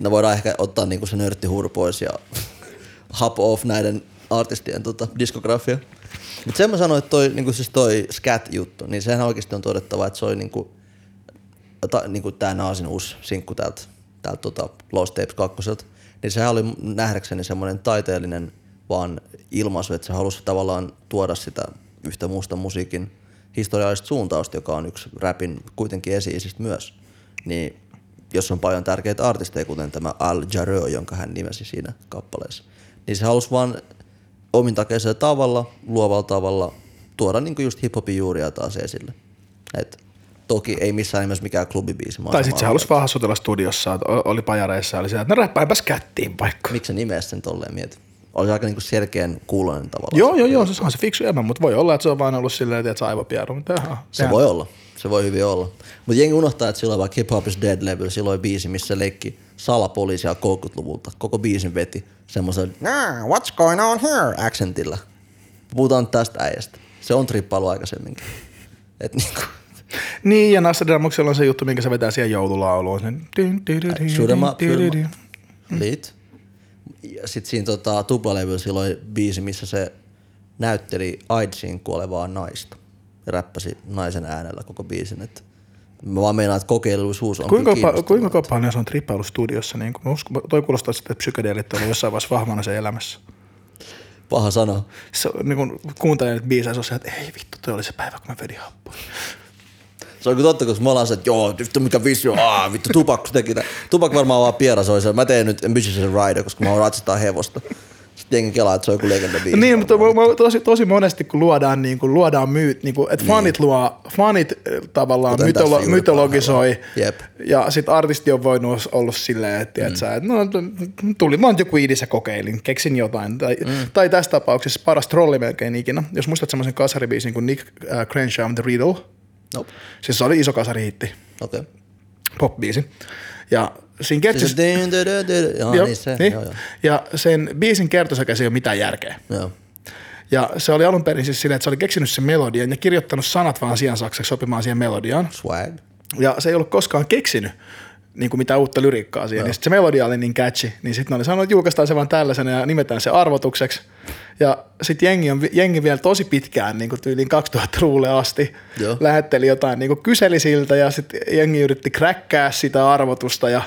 Speaker 2: No voidaan ehkä ottaa niinku se nörttihuuru pois ja hop off näiden artistien tota, diskografia. Mutta sen mä sanoin, että toi, niinku siis toi scat-juttu, niin sehän oikeasti on todettava, että se oli niinku, ta, niinku tää Naasin uusi sinkku täältä täältä tota Lost Tapes 2, niin sehän oli nähdäkseni semmoinen taiteellinen vaan ilmaisu, että se halusi tavallaan tuoda sitä yhtä musta musiikin historiallista suuntausta, joka on yksi rapin kuitenkin esi myös. Niin jos on paljon tärkeitä artisteja, kuten tämä Al Jarreau, jonka hän nimesi siinä kappaleessa, niin se halusi vaan omintakeisella tavalla, luovalla tavalla tuoda niinku just hiphopin juuria taas esille. Et toki ei missään nimessä mikään klubibiisi. mä
Speaker 1: Tai
Speaker 2: oon samaa
Speaker 1: sitten se halusi
Speaker 2: mieltä.
Speaker 1: vaan hassutella studiossa, että o- oli pajareissa, oli se, että no räppäipäs kättiin vaikka.
Speaker 2: Miksi se nimesi sen tolleen mieti? Oli se aika niinku selkeän kuulonen tavallaan.
Speaker 1: Joo, joo, joo, se on se fiksu elämä, mutta voi olla, että se on vaan ollut silleen, että se aivopieru, mutta jaha.
Speaker 2: Se voi olla. Se voi hyvin olla. Mutta jengi unohtaa, että silloin vaikka Hip Hop is Dead levyllä, silloin oli biisi, missä leikki salapoliisia 30-luvulta. Koko biisin veti semmoisen "Nah, what's going on here accentilla. Puhutaan tästä äijästä. Se on trippailu aikaisemminkin. Et niinku,
Speaker 1: Niin, ja Nasser Damoksella on se juttu, minkä se vetää siihen joululauluun. Sen... dyn, dyn, dyn, dyn,
Speaker 2: shoot 'em up,
Speaker 1: dyn,
Speaker 2: shoot 'em
Speaker 1: dyn.
Speaker 2: up.
Speaker 1: Mm.
Speaker 2: Lit. Ja sit siinä tota, tuplalevyllä silloin oli biisi, missä se näytteli AIDSiin kuolevaa naista. Ja räppäsi naisen äänellä koko biisin. Et mä vaan meinaan, että kokeilullisuus on
Speaker 1: Kuinka,
Speaker 2: kyllä
Speaker 1: pa- kuinka paljon se on trippailu studiossa? Niin kun, usko, toi kuulostaa sitten, että psykedeelit oli jossain vaiheessa vahvana sen elämässä.
Speaker 2: Paha sanoa.
Speaker 1: Se, on niin kun kuuntelee nyt biisejä, se on se, että ei vittu, toi oli se päivä, kun mä vedin happaa.
Speaker 2: Se on kyllä totta, kun me ollaan se, että joo, vittu mikä visio, aa, vittu tupakku teki tää. Tupak varmaan vaan pierasoi sen. Mä teen nyt Ambitious Rider, koska mä oon ratsastaa hevosta. Sitten jengi kelaa, että se on joku legenda biisi.
Speaker 1: Niin, mutta mä, mä, tosi, tosi monesti kun luodaan, niin kun luodaan myyt, niin kun, että fanit luo, fanit äh, tavallaan
Speaker 2: Kuten tässä
Speaker 1: mytolo,
Speaker 2: juuri
Speaker 1: mytologisoi.
Speaker 2: parhaillaan. Jep.
Speaker 1: Ja sitten artisti on voinut os- olla silleen, että mm. sä, et, no, t- tuli vaan joku idissä kokeilin, keksin jotain. Tai, mm. tai tässä tapauksessa paras trolli melkein ikinä. Jos muistat semmoisen kasaribiisin kuin Nick äh, Crenshaw and the Riddle,
Speaker 2: Nope.
Speaker 1: siis se oli iso kasarihitti,
Speaker 2: Okei.
Speaker 1: popbiisi. Ja siinä kertsi...
Speaker 2: Siis se dyn, dyn, dyn, dyn. Joo, niin se. Joo, joo.
Speaker 1: Ja sen biisin kertosäkäs ei ole mitään järkeä.
Speaker 2: Joo.
Speaker 1: Ja se oli alun perin siis silleen, että se oli keksinyt sen melodian ja kirjoittanut sanat vaan siihen saksaksi sopimaan siihen melodiaan.
Speaker 2: Swag.
Speaker 1: Ja se ei ollut koskaan keksinyt niin kuin mitään uutta lyriikkaa siihen. No. Sitten se melodia oli niin catchy, niin sitten ne oli sanonut, että julkaistaan se vaan tällaisena ja nimetään se arvotukseksi. Ja sitten jengi, on, vi- jengi vielä tosi pitkään, niin kuin tyyliin 2000-luvulle asti,
Speaker 2: Joo.
Speaker 1: lähetteli jotain, niin kuin kyseli siltä ja sitten jengi yritti kräkkää sitä arvotusta ja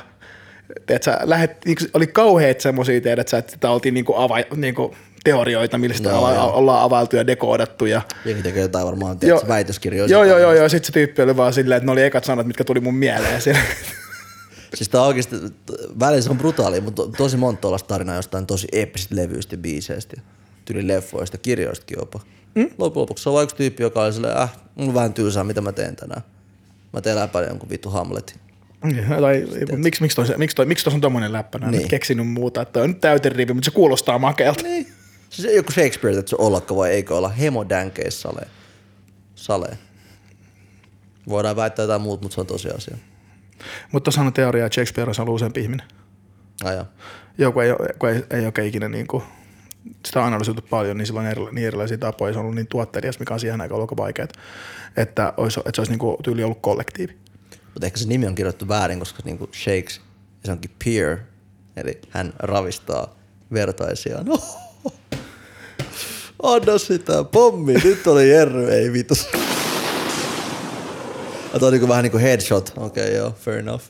Speaker 1: tiedätkö, lähet, niin kuin, oli kauheat semmoisia, tiedätkö, että sitä oltiin niin kuin ava, niin kuin teorioita, millä sitä
Speaker 2: Joo,
Speaker 1: olla,
Speaker 2: No, joo.
Speaker 1: ollaan availtu ja dekoodattu ja
Speaker 2: Jengi tekee jotain varmaan, tiedätkö, väitöskirjoja.
Speaker 1: Joo, joo, joo, joo. Sitten se tyyppi oli vaan silleen, että ne oli ekat sanat, mitkä tuli mun mieleen. Siellä.
Speaker 2: Siis tää on oikeesti, välillä se on brutaali, mutta to- tosi monta tuollaista tarinaa jostain tosi eeppisistä levyistä ja biiseistä. ja Tyyli leffoista, kirjoistakin jopa. Mm? Loppujen lopuksi se on vain yksi tyyppi, joka oli silleen, äh, mulla on vähän tylsää, mitä mä teen tänään. Mä teen läpäin jonkun vittu Hamletin.
Speaker 1: tai, miksi, miksi, toi, miksi, toi, miksi tuossa on tommonen läppä? Niin.
Speaker 2: Niin.
Speaker 1: En keksinyt muuta. Että toi on nyt täyterivi, mutta se kuulostaa makealta. Niin.
Speaker 2: Siis ei joku Shakespeare, että se ollakka vai eikö olla hemodänkeissä sale. sale. Voidaan väittää jotain muuta, mutta se on tosiasia.
Speaker 1: Mutta tuossa on teoria, että Shakespeare on ollut useampi ihminen.
Speaker 2: Aja.
Speaker 1: Joku ei, oo- kun ei, ei oikein ikinä niin kuin, sitä on analysoitu paljon, niin silloin erila, niin erilaisia tapoja. Se on ollut niin tuottelias, mikä on siihen aikaan ollut aika vaikeaa, että, olisi, että se olisi niin kuin, tyyli ollut kollektiivi.
Speaker 2: Mutta ehkä se nimi on kirjoitettu väärin, koska niinku Shakes, ja se onkin peer, eli hän ravistaa vertaisiaan. Anna sitä pommi, nyt oli Jerry, ei vitus. Tämä on niinku vähän niinku headshot. Okei, okay, joo, fair enough.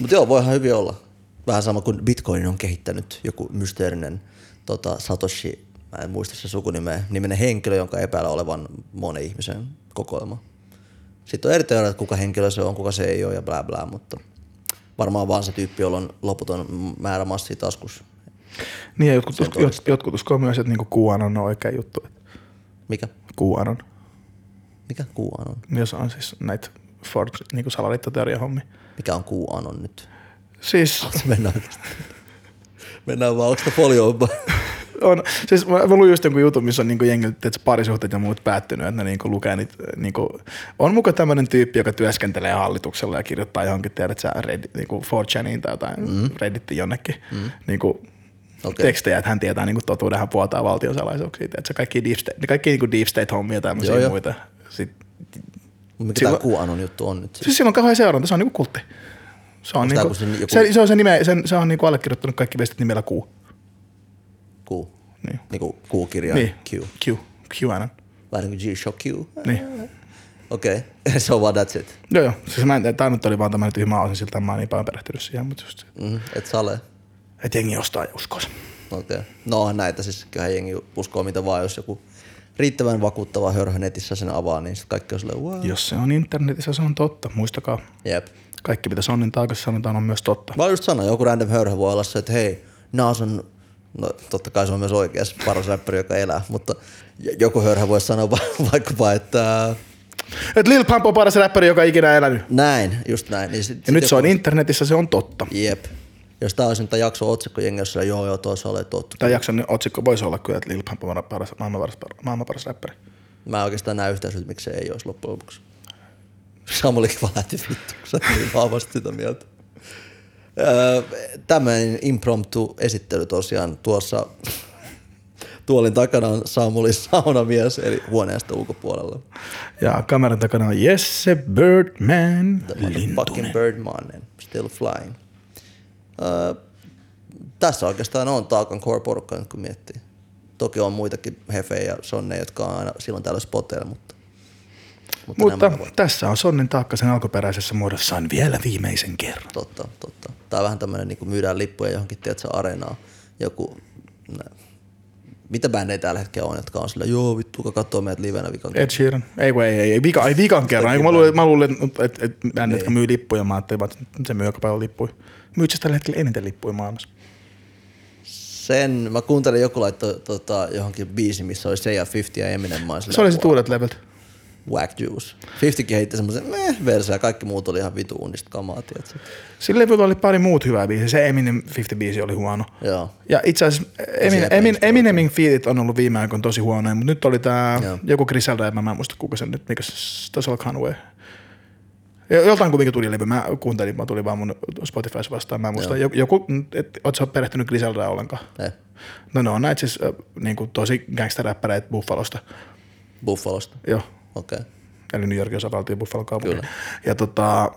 Speaker 2: Mutta joo, voihan hyvin olla. Vähän sama kuin Bitcoin on kehittänyt joku mysteerinen tota, Satoshi, mä en muista se sukunimeä, niminen henkilö, jonka epäillä olevan monen ihmisen kokoelma. Sitten on eri teoria, että kuka henkilö se on, kuka se ei ole ja bla bla, mutta varmaan vaan se tyyppi, jolla on loputon määrä massia taskus.
Speaker 1: Niin ja jotkut, jotkut, jotkut uskoo myös, että niin kuin QAnon on oikea juttu.
Speaker 2: Mikä?
Speaker 1: QAnon.
Speaker 2: Mikä QAnon?
Speaker 1: jos on siis näitä Ford, niin kuin salaliittoteoriahommia.
Speaker 2: Mikä on QAnon nyt?
Speaker 1: Siis,
Speaker 2: Mennään oikeesti. Mennään vaan, onko folio?
Speaker 1: on, siis mä, mä luin just jonkun jutun, missä on niin jengiltä että parisuhteet ja muut päättynyt, että ne niin lukee niitä, niin kuin, on muka tämmöinen tyyppi, joka työskentelee hallituksella ja kirjoittaa johonkin, tiedät sä, Reddit, niin kuin 4chaniin tai jotain, mm. Redditin jonnekin, mm. niin kuin, okay.
Speaker 2: Okei.
Speaker 1: tekstejä, että hän tietää niin kuin totuuden, hän puoltaa valtiosalaisuuksia, tiedät sä, kaikki deep state, kaikki niin kuin deep state hommia ja tämmöisiä
Speaker 2: Joo,
Speaker 1: joo,
Speaker 2: joo.
Speaker 1: muita. Sitten,
Speaker 2: Mikä tämä
Speaker 1: Silloin-
Speaker 2: QAnon juttu on nyt?
Speaker 1: Siis sillä on kauhean seuranta, se on niinku kultti. Se on,
Speaker 2: tää
Speaker 1: niinku,
Speaker 2: kun se
Speaker 1: se,
Speaker 2: ni- joku-
Speaker 1: se, on se, nime, sen, se on niinku allekirjoittanut kaikki viestit nimellä Q.
Speaker 2: Q.
Speaker 1: Niin.
Speaker 2: Niin kuin Q-kirja.
Speaker 1: Niin.
Speaker 2: Q.
Speaker 1: Q. Q aina.
Speaker 2: Vähän niin kuin G-Shock Q.
Speaker 1: Niin.
Speaker 2: Okei, okay. se on vaan that's it.
Speaker 1: Joo joo, siis mä en, tää nyt oli vaan tämmönen tyhmä osin siltä, mä oon niin paljon perehtynyt siihen, mutta just,
Speaker 2: Mm, et sale.
Speaker 1: että jengi ostaa ja uskoo sen.
Speaker 2: Okei. Okay. No onhan näitä siis, kyllähän jengi uskoo mitä vaan, jos joku riittävän vakuuttava hörhö netissä sen avaa, niin sitten kaikki on silleen, wow.
Speaker 1: Jos se on internetissä, se on totta, muistakaa.
Speaker 2: Jep.
Speaker 1: Kaikki mitä sonnin taakse sanotaan on myös totta.
Speaker 2: Mä olin just sanoin, joku random hörhö voi olla se, että hei, Nas on, no totta kai se on myös oikeas paras räppäri, joka elää, mutta j- joku hörhö voi sanoa va- vaikkapa, että
Speaker 1: Et Lil Pump on paras räppäri, joka ikinä elänyt.
Speaker 2: näin, just näin. Niin sit,
Speaker 1: Ja nyt se on internetissä, se on totta.
Speaker 2: Jep. Jos tää olisi nyt tää jakso otsikko jengi, jos sillä, joo joo, toi sä olet totta.
Speaker 1: Tämän jakson otsikko voisi olla kyllä, että Lil Pump on paras, maailman, paras, maailman paras räppäri.
Speaker 2: Mä en oikeastaan näe yhtään syyt, miksi se ei olisi loppujen lopuksi. Samulikin vaan lähti vittu, kun sä oot niin vahvasti sitä mieltä. Öö, Tämmöinen impromptu esittely tosiaan tuossa tuolin takana on Samuli saunamies, eli huoneesta ulkopuolella.
Speaker 1: Ja kameran takana on Jesse Birdman
Speaker 2: Fucking
Speaker 1: Lintunen.
Speaker 2: Birdmanen, still flying. Öö, tässä oikeastaan on taakan core porukka, nyt kun miettii. Toki on muitakin hefejä ja sonneja, jotka on aina silloin täällä spoteilla, mutta...
Speaker 1: Mutta
Speaker 2: nämä ovat-
Speaker 1: tässä on Sonnin taakka sen alkuperäisessä muodossaan vielä viimeisen kerran.
Speaker 2: Totta, totta. Tää on vähän tämmönen, niin myydään lippuja johonkin, tiedätkö, areenaa. Joku, nä- mitä bändejä tällä hetkellä on, jotka on sillä, joo vittu, kuka katsoo meidät livenä vikan.
Speaker 1: Ed Sheeran. Ei kun ei, ei, ei, vika, ei vikan kerran. Ei, kun mä luulin, mä luulin että et, et, bändit, jotka myy lippuja, mä ajattelin, vaan, että se myy joka päivä lippuja. Myy itse asiassa tällä hetkellä eniten lippuja maailmassa.
Speaker 2: Sen, mä kuuntelin joku laittoi tota, johonkin biisi, missä oli Seija 50 ja Eminem. Mä olin sillä,
Speaker 1: Se oli se uudet levyt.
Speaker 2: Whack Juice. 50 heitti semmoisen meh versen ja kaikki muut oli ihan vitu unnista kamaa, tiedätkö?
Speaker 1: Sillä levyllä oli pari muut hyvää biisiä. Se Eminem 50 biisi oli huono.
Speaker 2: Joo.
Speaker 1: Ja itse asiassa Emin, Emin, Eminemin fiilit on ollut viime aikoina tosi huonoja, mutta nyt oli tämä
Speaker 2: Joo.
Speaker 1: joku Griselda, ja mä en muista kuka se nyt, mikä se taisi olla Conway. Jo- Joltain kuitenkin tuli levy, mä kuuntelin, mä tulin vaan mun Spotifys vastaan, mä en muista, jo- joku, et, oot sä perehtynyt Griseldaa ollenkaan?
Speaker 2: Eh,
Speaker 1: No ne on näitä siis äh, niinku tosi gangsteräppäreitä Buffalosta,
Speaker 2: Buffalosta.
Speaker 1: joo,
Speaker 2: Okei. Okay.
Speaker 1: eli New Yorkin osavaltio Buffalo kaupunki.
Speaker 2: Kyllä.
Speaker 1: Ja tota,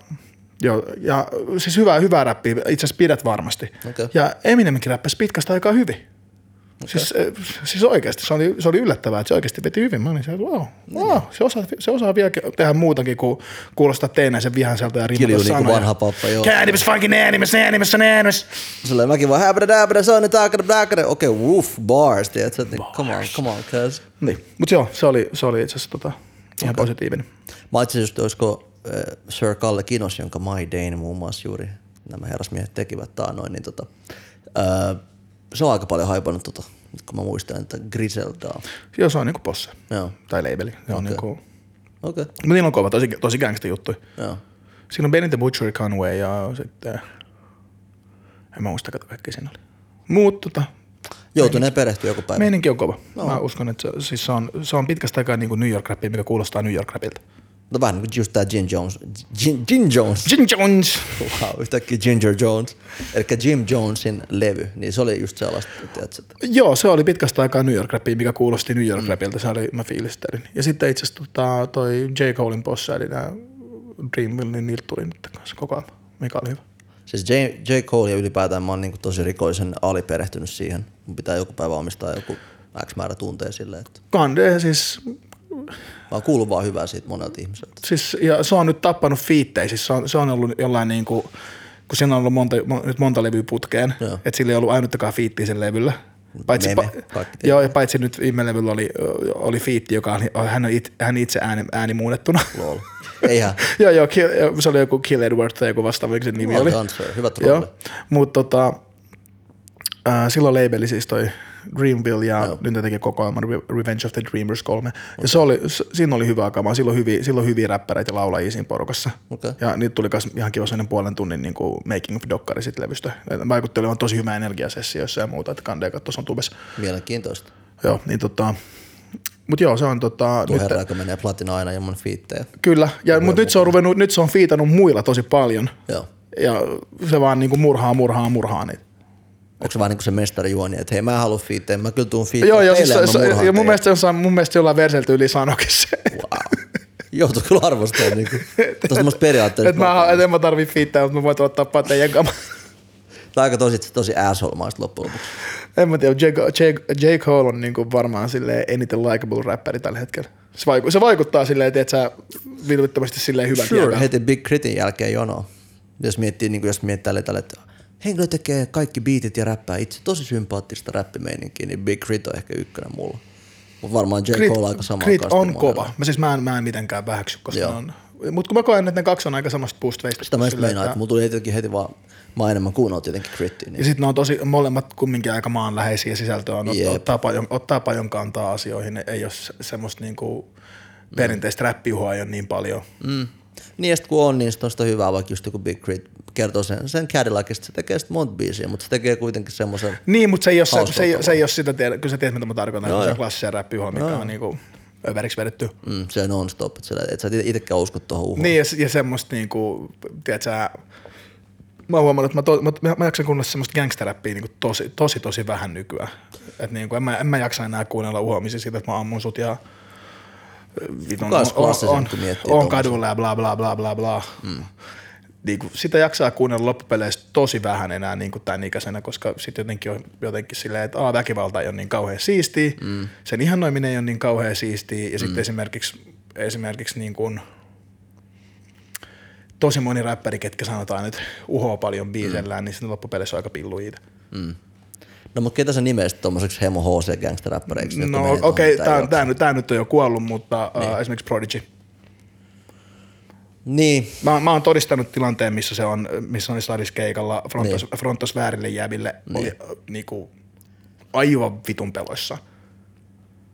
Speaker 1: joo, ja siis hyvää, hyvää räppiä, itse asiassa pidät varmasti.
Speaker 2: Okei.
Speaker 1: Ja Eminemkin räppäsi pitkästä aikaa hyvin. Siis, eh, siis oikeasti, se oli, se oli yllättävää, että se oikeasti veti hyvin. Mä olin siellä, wow,
Speaker 2: Niin.
Speaker 1: wow, se, osaa, se osaa vielä tehdä muutakin kuin kuulostaa teinäisen vihanselta ja rimata
Speaker 2: Kilju niinku
Speaker 1: sanoja.
Speaker 2: vanha pappa, joo.
Speaker 1: Käänimis, fucking äänimis, äänimis, äänimis.
Speaker 2: Silleen mäkin vaan häpärä, däpärä, sonni, taakara, taakara. Okei, okay, woof, bars, tiedätkö? Niin, Come on, come on, cuz.
Speaker 1: Niin, mutta joo, se oli, se oli itse asiassa tota, ihan positiivinen.
Speaker 2: Mä itse asiassa, olisiko äh, Sir Kalle Kinos, jonka My Dane muun muassa juuri nämä herrasmiehet tekivät taannoin, niin tota, äh, se on aika paljon haipannut, tota, nyt kun mä muistan, että Griseldaa.
Speaker 1: Joo, se on niinku posse.
Speaker 2: Joo,
Speaker 1: Tai labeli. Ne on niinku,
Speaker 2: okei, okay.
Speaker 1: mutta niillä on kova, tosi, tosi gangsta juttu.
Speaker 2: joo.
Speaker 1: Siinä on Benny the Butcher Conway ja sitten... En mä muista, kato kaikki siinä oli. Muut tota,
Speaker 2: Joutuneen perehtyä joku päivä.
Speaker 1: meininki on kova. No. Mä uskon, että se, siis se, on, se on pitkästä aikaa niin kuin New York rapia, mikä kuulostaa New York rapilta.
Speaker 2: No vähän niin kuin just tää Jim Jones. Jim, Jim Jones.
Speaker 1: Jim Jones!
Speaker 2: Wow, yhtäkkiä Ginger Jones. Elikkä Jim Jonesin levy, niin se oli just sellaista, tiedätkö? että-
Speaker 1: Joo, se oli pitkästä aikaa New York rapia, mikä kuulosti New York rapilta. Se oli, mä fiilistelin. Ja sitten itse asiassa tota, toi J. Colein possa, eli nää Dreamville, niin niiltä tuli nyt kanssa koko ajan, mikä oli hyvä.
Speaker 2: Siis J, J. Cole ja ylipäätään mä oon niinku tosi rikollisen aliperehtynyt siihen. Mun pitää joku päivä omistaa joku X määrä tunteja silleen, että
Speaker 1: Kande, siis,
Speaker 2: Mä oon kuullut vaan hyvää siitä monelta ihmiseltä.
Speaker 1: siis ja se on nyt tappanut fiittejä, siis se on, se on ollut jollain niin kuin, kun siinä on ollut monta, mon- nyt monta levyä putkeen,
Speaker 2: Joo.
Speaker 1: että sillä ei ollut ainuttakaan fiittiä sen levyllä. Paitsi,
Speaker 2: Meme,
Speaker 1: pa-
Speaker 2: kaikki
Speaker 1: joo, ja paitsi nyt viime levyllä oli, oli fiitti, joka oli, hän, on it, hän itse ääni, äänimuunnettuna.
Speaker 2: Lol. Eihän.
Speaker 1: joo, joo, kill, se oli joku Kill Edward tai joku vastaava, mikä sen nimi
Speaker 2: Well
Speaker 1: oli.
Speaker 2: done, sir. Hyvä trolli.
Speaker 1: Joo, mutta tota, äh, silloin labeli siis toi Dreamville ja
Speaker 2: Joo.
Speaker 1: Joo. nyt ne teki kokoelman Re- Revenge of the Dreamers 3. Ja se oli, s- siinä oli hyvää kamaa, silloin hyviä, silloin hyviä räppäreitä ja laulajia siinä porukassa.
Speaker 2: Okei.
Speaker 1: Ja niitä tuli myös ihan kiva sellainen puolen tunnin niin kuin making of dokkari sit levystä. Et Vaikutti olevan tosi hyvä energiasessioissa ja muuta, että kandeja katsoa on tubessa.
Speaker 2: Mielenkiintoista.
Speaker 1: Joo, niin tota, mut joo, se on tota,
Speaker 2: Tuo
Speaker 1: nyt,
Speaker 2: herra, joka menee platina aina ilman fiittejä.
Speaker 1: kyllä, ja, mut nyt se on ruvennut, nyt se on fiitannut muilla tosi paljon.
Speaker 2: Joo.
Speaker 1: Ja se vaan niinku murhaa, murhaa, murhaa niitä.
Speaker 2: Onko se vaan niinku se mestarijuoni, että hei mä en halua fiittejä, mä kyllä tuun fiittejä.
Speaker 1: Joo, joo, siis,
Speaker 2: teille,
Speaker 1: se,
Speaker 2: mä murhaan
Speaker 1: se, ja mun
Speaker 2: teidät.
Speaker 1: mielestä, jossain, mun mielestä jollain verselty yli sanokin se.
Speaker 2: Wow. Joutuu kyllä arvostamaan niinku. Tuosta semmoista periaatteessa.
Speaker 1: Et mä, et en mä tarvii fiittää, mutta mä voin tulla tappaa teidän kama.
Speaker 2: Tää on aika tosi, tosi asshole-maista loppujen lopuksi.
Speaker 1: en mä tiedä, J. J. J. Cole on niinku varmaan sille eniten likable rapperi tällä hetkellä. Se, vaiku- se vaikuttaa silleen, että sä vilvittömästi silleen hyvältä.
Speaker 2: Sure,
Speaker 1: jäbältä.
Speaker 2: heti Big Critin jälkeen jono. Jos miettii, niin jos miettii tälle, tälle, että henkilö tekee kaikki biitit ja räppää itse tosi sympaattista räppimeininkiä, niin Big Crit on ehkä ykkönen mulla. Mutta varmaan J.
Speaker 1: Crit,
Speaker 2: Cole aika sama
Speaker 1: Crit on kova. Mä siis mä en, mä en mitenkään vähäksy, koska
Speaker 2: Joo.
Speaker 1: ne on... Mutta kun mä koen, että ne kaksi on aika samasta puusta veistä.
Speaker 2: Sitä mä just meinaan, että mulla tuli jotenkin heti vaan, mä oon enemmän kuunnellut jotenkin Crittiin.
Speaker 1: Ja
Speaker 2: Niin.
Speaker 1: sitten ne on tosi, molemmat kumminkin aika maanläheisiä sisältöä on,
Speaker 2: Jep.
Speaker 1: Jep. ottaa, paljon, ottaa paljon kantaa asioihin, ei ole se- semmoista niinku perinteistä räppiuhoa ei ole niin paljon.
Speaker 2: Mm.
Speaker 1: Siis-
Speaker 2: Niin ja sit kun on, niin sit on sitä hyvää, vaikka just joku Big Crit kertoo sen, sen Cadillacista, se tekee sit monta biisiä, mutta se tekee kuitenkin semmoisen,
Speaker 1: Niin, mutta se ei ole, se, se, ei-
Speaker 2: Hauskaltavaa.
Speaker 1: se ei ole sitä, tiedä, kyllä sä tiedät mitä mä tarkoitan,
Speaker 2: Joo,
Speaker 1: no, se
Speaker 2: joo.
Speaker 1: on klassisia räppiuhoa, mikä no. on niinku överiksi vedetty.
Speaker 2: mm, se non-stop, että sä- et sä itsekään usko tuohon uhoon.
Speaker 1: Niin, ja, se- ja semmoista niinku, tiedät sä, mä oon huomannut, että mä, to, mä, mä jaksan kuunnella semmoista gangsteräppiä niinku tosi, tosi, tosi vähän nykyään. Et niinku, en, mä, en mä jaksa enää kuunnella uhoamisia siitä, että mä ammun sut ja vitun,
Speaker 2: Kuka olisi klassisempi,
Speaker 1: on,
Speaker 2: kun miettii
Speaker 1: on
Speaker 2: tommosen?
Speaker 1: kadulla ja bla bla bla bla bla. Mm. Niinku, sitä jaksaa kuunnella loppupeleissä tosi vähän enää niinku tämän ikäisenä, koska sitten jotenkin on jotenkin silleen, että aa, väkivalta ei ole niin kauhean siistiä, mm. sen ihannoiminen ei ole niin kauhean siistiä, ja
Speaker 2: Mm.
Speaker 1: sitten esimerkiksi, esimerkiksi niin kuin, tosi moni räppäri, ketkä sanotaan nyt uhoa paljon biisellään, mm. niin sitten loppupeleissä on aika pilluita.
Speaker 2: No mutta ketä sä nimesit tommoseksi Hemo HC gangsteräppäreiksi? jotka
Speaker 1: No
Speaker 2: menee tuohon,
Speaker 1: okei,
Speaker 2: mitä ei
Speaker 1: okay,
Speaker 2: ole?
Speaker 1: tämä, tämä nyt on jo kuollut, mutta niin. uh, esimerkiksi Prodigy.
Speaker 2: Niin,
Speaker 1: Mä, mä oon todistanut tilanteen, missä se on, missä on Stadis keikalla frontos, niin. frontos väärille jäbille, niin. oli äh, niinku, aivan vitun peloissa.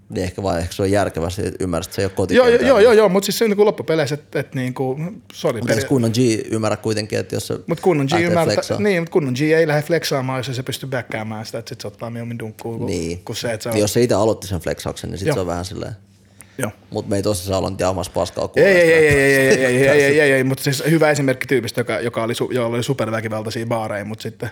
Speaker 2: niin ehkä vaan ehkä se on järkevästi, että ymmärrät, että se ei ole
Speaker 1: Joo,
Speaker 2: kotikentällä.
Speaker 1: joo, joo, joo, joo, mutta siis se on niinku loppupeleissä, että et, niinku, sorry.
Speaker 2: Mutta eikö kunnon G ymmärrä kuitenkin, että jos se
Speaker 1: Mutta kunnon G
Speaker 2: siis lähtee
Speaker 1: ymmärtää,
Speaker 2: flexaan?
Speaker 1: niin, mut kunnon G ei lähde flexaamaan, jos ei se pysty backkäämään sitä, että sit se ottaa mieluummin dunkkuun, kuin-
Speaker 2: niin.
Speaker 1: kuin se, että se on.
Speaker 2: Niin, jos se itse aloitti sen flexauksen, niin sit
Speaker 1: Joo.
Speaker 2: se on vähän silleen.
Speaker 1: Joo.
Speaker 2: Mutta me ei tosiaan olla nyt jahmas paskaa
Speaker 1: Ei, ei,
Speaker 2: kuulee sitä.
Speaker 1: ei, ei, ei, ei, ei, ei, ei, ei, ei, mutta siis hyvä esimerkki tyypistä, joka, joka oli, su, jolla oli superväkivaltaisia baareja, mutta sitten...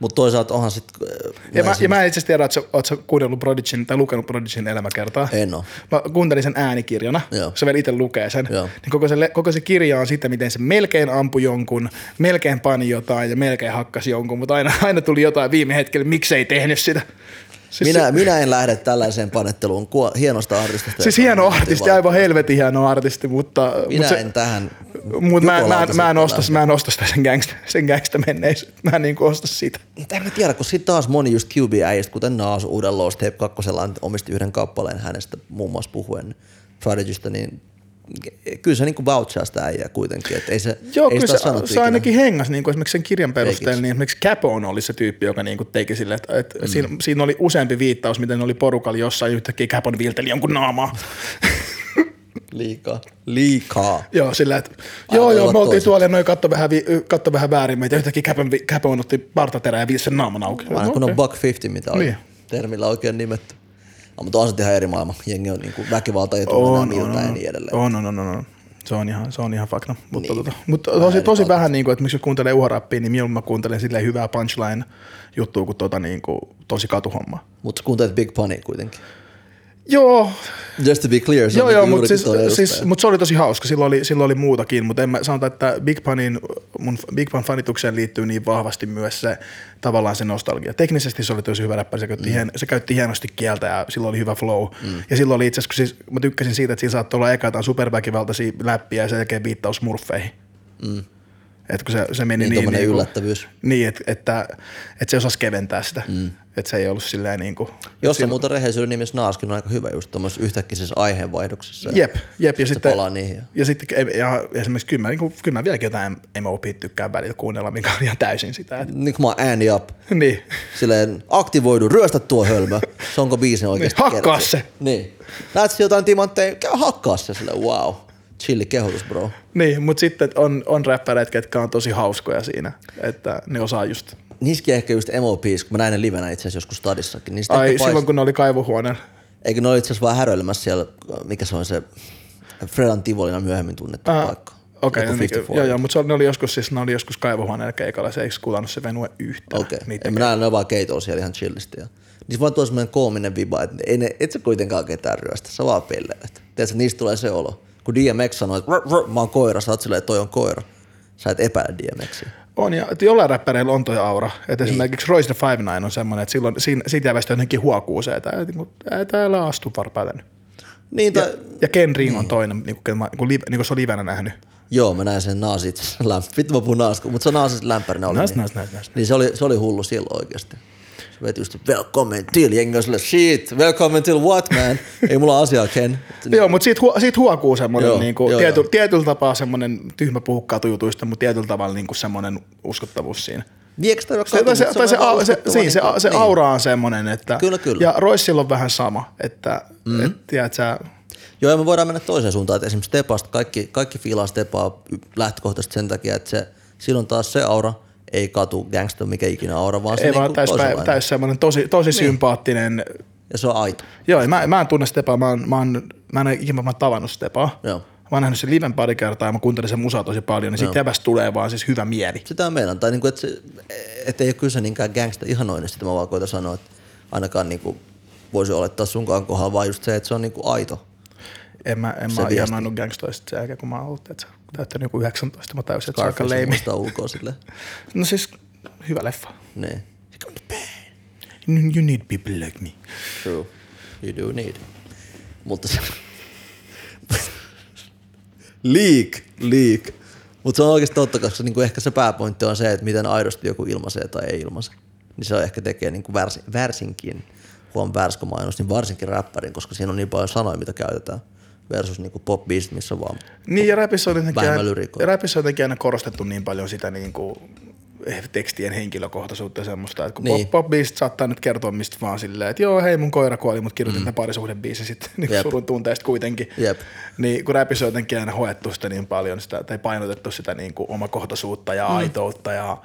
Speaker 2: Mut toisaalta onhan sit... äh,
Speaker 1: Ja mä, ja mä en itse asiassa tiedä, että sä, oot sä kuunnellut Prodigyn tai lukenut Prodigyn elämäkertaa.
Speaker 2: En oo.
Speaker 1: Mä kuuntelin sen äänikirjana,
Speaker 2: Joo.
Speaker 1: Joo. se vielä itse lukee sen.
Speaker 2: Joo.
Speaker 1: Niin koko se, le- koko se kirja on sitä, miten se melkein ampui jonkun, melkein pani jotain ja melkein hakkasi jonkun, mutta aina, aina tuli jotain viime hetkellä, miksei tehnyt sitä. Siis
Speaker 2: minä, minä en lähde tällaiseen panetteluun kuo, hienosta artistista.
Speaker 1: Siis
Speaker 2: joka
Speaker 1: hieno
Speaker 2: on
Speaker 1: artisti,
Speaker 2: motivaatio.
Speaker 1: aivan helvetin hieno artisti, mutta...
Speaker 2: Minä
Speaker 1: mutta se,
Speaker 2: en tähän...
Speaker 1: Mutta mä, mä, mä, en
Speaker 2: jukolautaselle
Speaker 1: osta, mä en osta sitä sen gangsta, sen gangsta menneisyyttä. Mä en niinku osta sitä.
Speaker 2: Mutta en mä tiedä, kun sitten taas moni just QB-äijistä, kuten Naas uuden Lost Tape 2, omisti yhden kappaleen hänestä muun muassa puhuen Prodigysta, niin kyllä se niinku vouchaa sitä äijää kuitenkin. Et ei se,
Speaker 1: Joo,
Speaker 2: ei
Speaker 1: kyllä
Speaker 2: sitä
Speaker 1: se,
Speaker 2: sanottu
Speaker 1: se
Speaker 2: ikinä.
Speaker 1: ainakin hengas niinku esimerkiksi sen kirjan
Speaker 2: Eikiks?
Speaker 1: perusteella, niin esimerkiksi Capone oli se tyyppi, joka niinku teki sille, että, että mm. siinä, siinä, oli useampi viittaus, miten oli porukalla jossain yhtäkkiä Capone viilteli jonkun naamaa.
Speaker 2: Liikaa. Liikaa.
Speaker 1: joo, sillä että
Speaker 2: Aivan
Speaker 1: joo, joo,
Speaker 2: ovat
Speaker 1: me oltiin
Speaker 2: toiset.
Speaker 1: tuolla ja noin katto vähän, vi- y- katto vähän väärin meitä. Yhtäkkiä Capone, vi- Capone otti partaterää ja viisi sen naaman auki. No.
Speaker 2: Aina kun
Speaker 1: Okei.
Speaker 2: on Buck 50, mitä on
Speaker 1: Niin.
Speaker 2: termillä oikein nimetty. No, mutta on se ihan eri maailma. Jengi on niinku väkivalta ja
Speaker 1: on,
Speaker 2: miltä
Speaker 1: on,
Speaker 2: ja
Speaker 1: on,
Speaker 2: niin edelleen.
Speaker 1: on, on, on, on, on. Se on ihan, se on ihan fakta. Mutta,
Speaker 2: Niin.
Speaker 1: niin. tota, mutta tosi, tosi vähän, niin kuin, että miksi jos kuuntelee uhorappia, niin mieluummin mä kuuntelen silleen hyvää punchline-juttua kuin, tota, niin kuin tosi katuhommaa.
Speaker 2: Mutta kuuntelet Big Pony kuitenkin.
Speaker 1: Joo,
Speaker 2: Just to be clear, se
Speaker 1: joo,
Speaker 2: on
Speaker 1: joo
Speaker 2: niinku
Speaker 1: mutta
Speaker 2: juurikin
Speaker 1: siis,
Speaker 2: toi edustaja.
Speaker 1: siis, mut se oli tosi hauska. Silloin oli, silloin oli muutakin, mutta en mä sanota, että Big Panin, mun Big Pan fanitukseen liittyy niin vahvasti myös se tavallaan se nostalgia. Teknisesti se oli tosi hyvä räppäri, se käytti, mm. hien, se käytti hienosti kieltä ja silloin oli hyvä flow. Mm. Ja silloin oli itse asiassa, kun siis, mä tykkäsin siitä, että siinä saattoi olla eka jotain superväkivaltaisia läppiä ja sen jälkeen viittaus murfeihin. Mm. Et kun se, se meni
Speaker 2: Niin,
Speaker 1: niin,
Speaker 2: tommonen
Speaker 1: niin
Speaker 2: yllättävyys.
Speaker 1: Niin, että, että, että se osasi keventää sitä. Mm. Että se ei ollut silleen niin kuin...
Speaker 2: Jossa muuten rehellisyyden nimessä Naaskin on aika hyvä just tuommoisessa yhtäkkisessä aiheenvaihdoksessa.
Speaker 1: Jep, jep. Ja sitten,
Speaker 2: palaa niihin ja-
Speaker 1: ja sitten ja esimerkiksi kyllä mä, niin kuin, kyllä mä vieläkin jotain MOP tykkään välillä kuunnella, mikä on ihan täysin sitä. Että,
Speaker 2: Niin kun mä oon ääni up,
Speaker 1: niin.
Speaker 2: silleen aktivoidu, ryöstä tuo hölmö. Se onko biisi oikeasti
Speaker 1: Niin, hakkaa
Speaker 2: kertoo.
Speaker 1: se.
Speaker 2: Niin. Näet jotain timantteja, käy hakkaa se silleen, wow. Chilli kehotus, bro.
Speaker 1: niin, mutta sitten on, on räppäreitä, ketkä on tosi hauskoja siinä, että ne osaa just.
Speaker 2: Niski ehkä just emopiis, kun mä näin ne livenä itse asiassa joskus stadissakin. Niin
Speaker 1: Ai
Speaker 2: Ai,
Speaker 1: silloin, kun ne oli kaivohuoneella.
Speaker 2: Eikö ne ole itse asiassa vaan häröilemässä siellä, mikä se on se Fredan Tivolina myöhemmin tunnettu
Speaker 1: Ah,
Speaker 2: paikka.
Speaker 1: Okei, no
Speaker 2: Joku
Speaker 1: niin,
Speaker 2: 54.
Speaker 1: joo, joo, mutta se oli- ne oli joskus, siis, ne oli joskus kaivohuoneella keikalla, se ei kuulannut se venue yhtään.
Speaker 2: Okei, okay.
Speaker 1: niiden
Speaker 2: en mä näe, ne on vaan keitolla siellä ihan chillisti. Ja. Niin se vaan tuo semmoinen koominen viba, että ei ne, et sä kuitenkaan ketään ryöstä, sä vaan pelleet. Tiedätkö, niistä tulee se olo. Kun DMX sanoo, että "Rr, rr, mä oon koira, sä oot silleen, että toi on koira. Sä et epäile DMXiä.
Speaker 1: On, ja että jollain räppäreillä on toi aura. Että niin. esimerkiksi Royce the Five Nine on semmoinen, että silloin, siinä, siitä jävästä jotenkin huokuu se, että "Ei, niinku, ei täällä astu varpaita nyt.
Speaker 2: Niin,
Speaker 1: Ja,
Speaker 2: tai,
Speaker 1: ja Ken Ring on toinen, niin kuin, niin kuin, niin kuin se on livenä nähnyt.
Speaker 2: Joo, mä näin sen naasit lämpärinä. Vittu mä puhun naasku, mutta se naasit lämpärinä oli.
Speaker 1: Nice,
Speaker 2: niin.
Speaker 1: nice, nice, nice.
Speaker 2: Niin se oli, se oli hullu silloin oikeasti. Se veti just, welcome till, jengi on sille, shit, welcome till what man? Ei mulla asiaa, Ken.
Speaker 1: Joo, mutta siitä, huo, siitä huokuu semmoinen
Speaker 2: Niin. Joo,
Speaker 1: niin kuin,
Speaker 2: joo,
Speaker 1: tiety,
Speaker 2: joo.
Speaker 1: tietyllä tapaa semmoinen tyhmä puhukkaatu jutuista, mutta tietyllä tavalla niin kuin semmoinen uskottavuus siinä.
Speaker 2: Viekö tämä
Speaker 1: Se, tai se, tai se, au- se, se, se, se
Speaker 2: niin.
Speaker 1: aura on semmoinen, että...
Speaker 2: Kyllä, kyllä. Mm.
Speaker 1: Ja Roissilla on vähän sama, että mm-hmm. et, tiedät, sä,
Speaker 2: Joo, ja me voidaan mennä toiseen suuntaan, että esimerkiksi Stepasta, kaikki, kaikki fiilaa Stepaa y- lähtökohtaisesti sen takia, että se, silloin taas se aura ei katu gangster, mikä ikinä aura, vaan se
Speaker 1: ei
Speaker 2: niinku
Speaker 1: vaan täys,
Speaker 2: toisenlainen.
Speaker 1: täys semmoinen tosi, tosi niin. sympaattinen...
Speaker 2: Ja se on aito.
Speaker 1: Joo, ja mä, mä en tunne Stepaa, mä, oon- mä, oon- mä en ole ikinä mä oon tavannut Stepaa.
Speaker 2: Joo.
Speaker 1: Mä oon nähnyt sen liven pari kertaa ja mä kuuntelin sen musaa tosi paljon, niin siitä jäbästä tulee vaan siis hyvä mieli.
Speaker 2: Sitä meillä on. Tai niinku, että et ei ole kyse niinkään gangsta ihanoinnista, mä vaan koitan sanoa, että ainakaan niinku voisi olettaa sunkaan kohdalla, vaan just se, että se on niinku aito.
Speaker 1: En mä, en
Speaker 2: Se
Speaker 1: mä oon
Speaker 2: viesti.
Speaker 1: ihanoinut gangstoista sen jälkeen, kun mä oon ollut, että täyttänyt joku 19, mä täysin, että se on aika
Speaker 2: Scarface
Speaker 1: leimi.
Speaker 2: muistaa ulkoa sille.
Speaker 1: No siis, hyvä leffa.
Speaker 2: Niin.
Speaker 1: You need people like me.
Speaker 2: True. You do need. Mutta se... leak, leak. Mutta se on oikeasti totta, koska niinku ehkä se pääpointti on se, että miten aidosti joku ilmaisee tai ei ilmaise. Niin se ehkä tekee niinku värs, värsinkin, huom värskomainos, niin varsinkin räppärin, koska siinä on niin paljon sanoja, mitä käytetään. Versus niinku pop missä vaan.
Speaker 1: Niin ja rapissa on jotenkin,
Speaker 2: Vähemmän
Speaker 1: aina,
Speaker 2: lyrikoita.
Speaker 1: rapissa on jotenkin aina korostettu niin paljon sitä niin kuin, tekstien henkilökohtaisuutta ja semmoista, että kun
Speaker 2: Niin.
Speaker 1: niin. pop, biisit saattaa nyt kertoa mistä vaan silleen, että joo hei mun koira kuoli, mutta kirjoitin mm. tämän parisuhdebiisin sitten niin
Speaker 2: Jep.
Speaker 1: surun tunteista kuitenkin.
Speaker 2: Jep.
Speaker 1: Niin kun rapissa on jotenkin aina hoettu sitä niin paljon sitä, tai painotettu sitä niin kuin omakohtaisuutta ja mm. aitoutta ja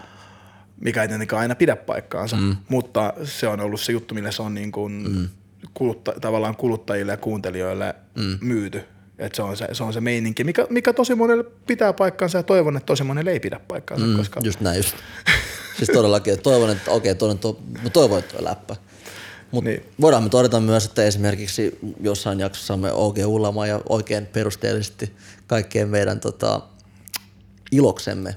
Speaker 1: mikä ei tietenkään aina pidä paikkaansa, mm. mutta se on ollut se juttu, millä se on niin kuin mm. kulutta, tavallaan kuluttajille ja kuuntelijoille mm. myyty. Et se, on se, se on se meininki, mikä, mikä tosi monelle pitää paikkaansa ja toivon, että tosi monelle ei pidä paikkaansa, mm. koska
Speaker 2: Just näin just. siis todellakin, että toivon, että okei, toinen to, mä toivon, että toi läppä. Mutta
Speaker 1: Niin.
Speaker 2: niin. voidaan me todeta myös, että esimerkiksi jossain jaksossa me OG Ullama ja oikein perusteellisesti kaikkeen meidän tota, iloksemme.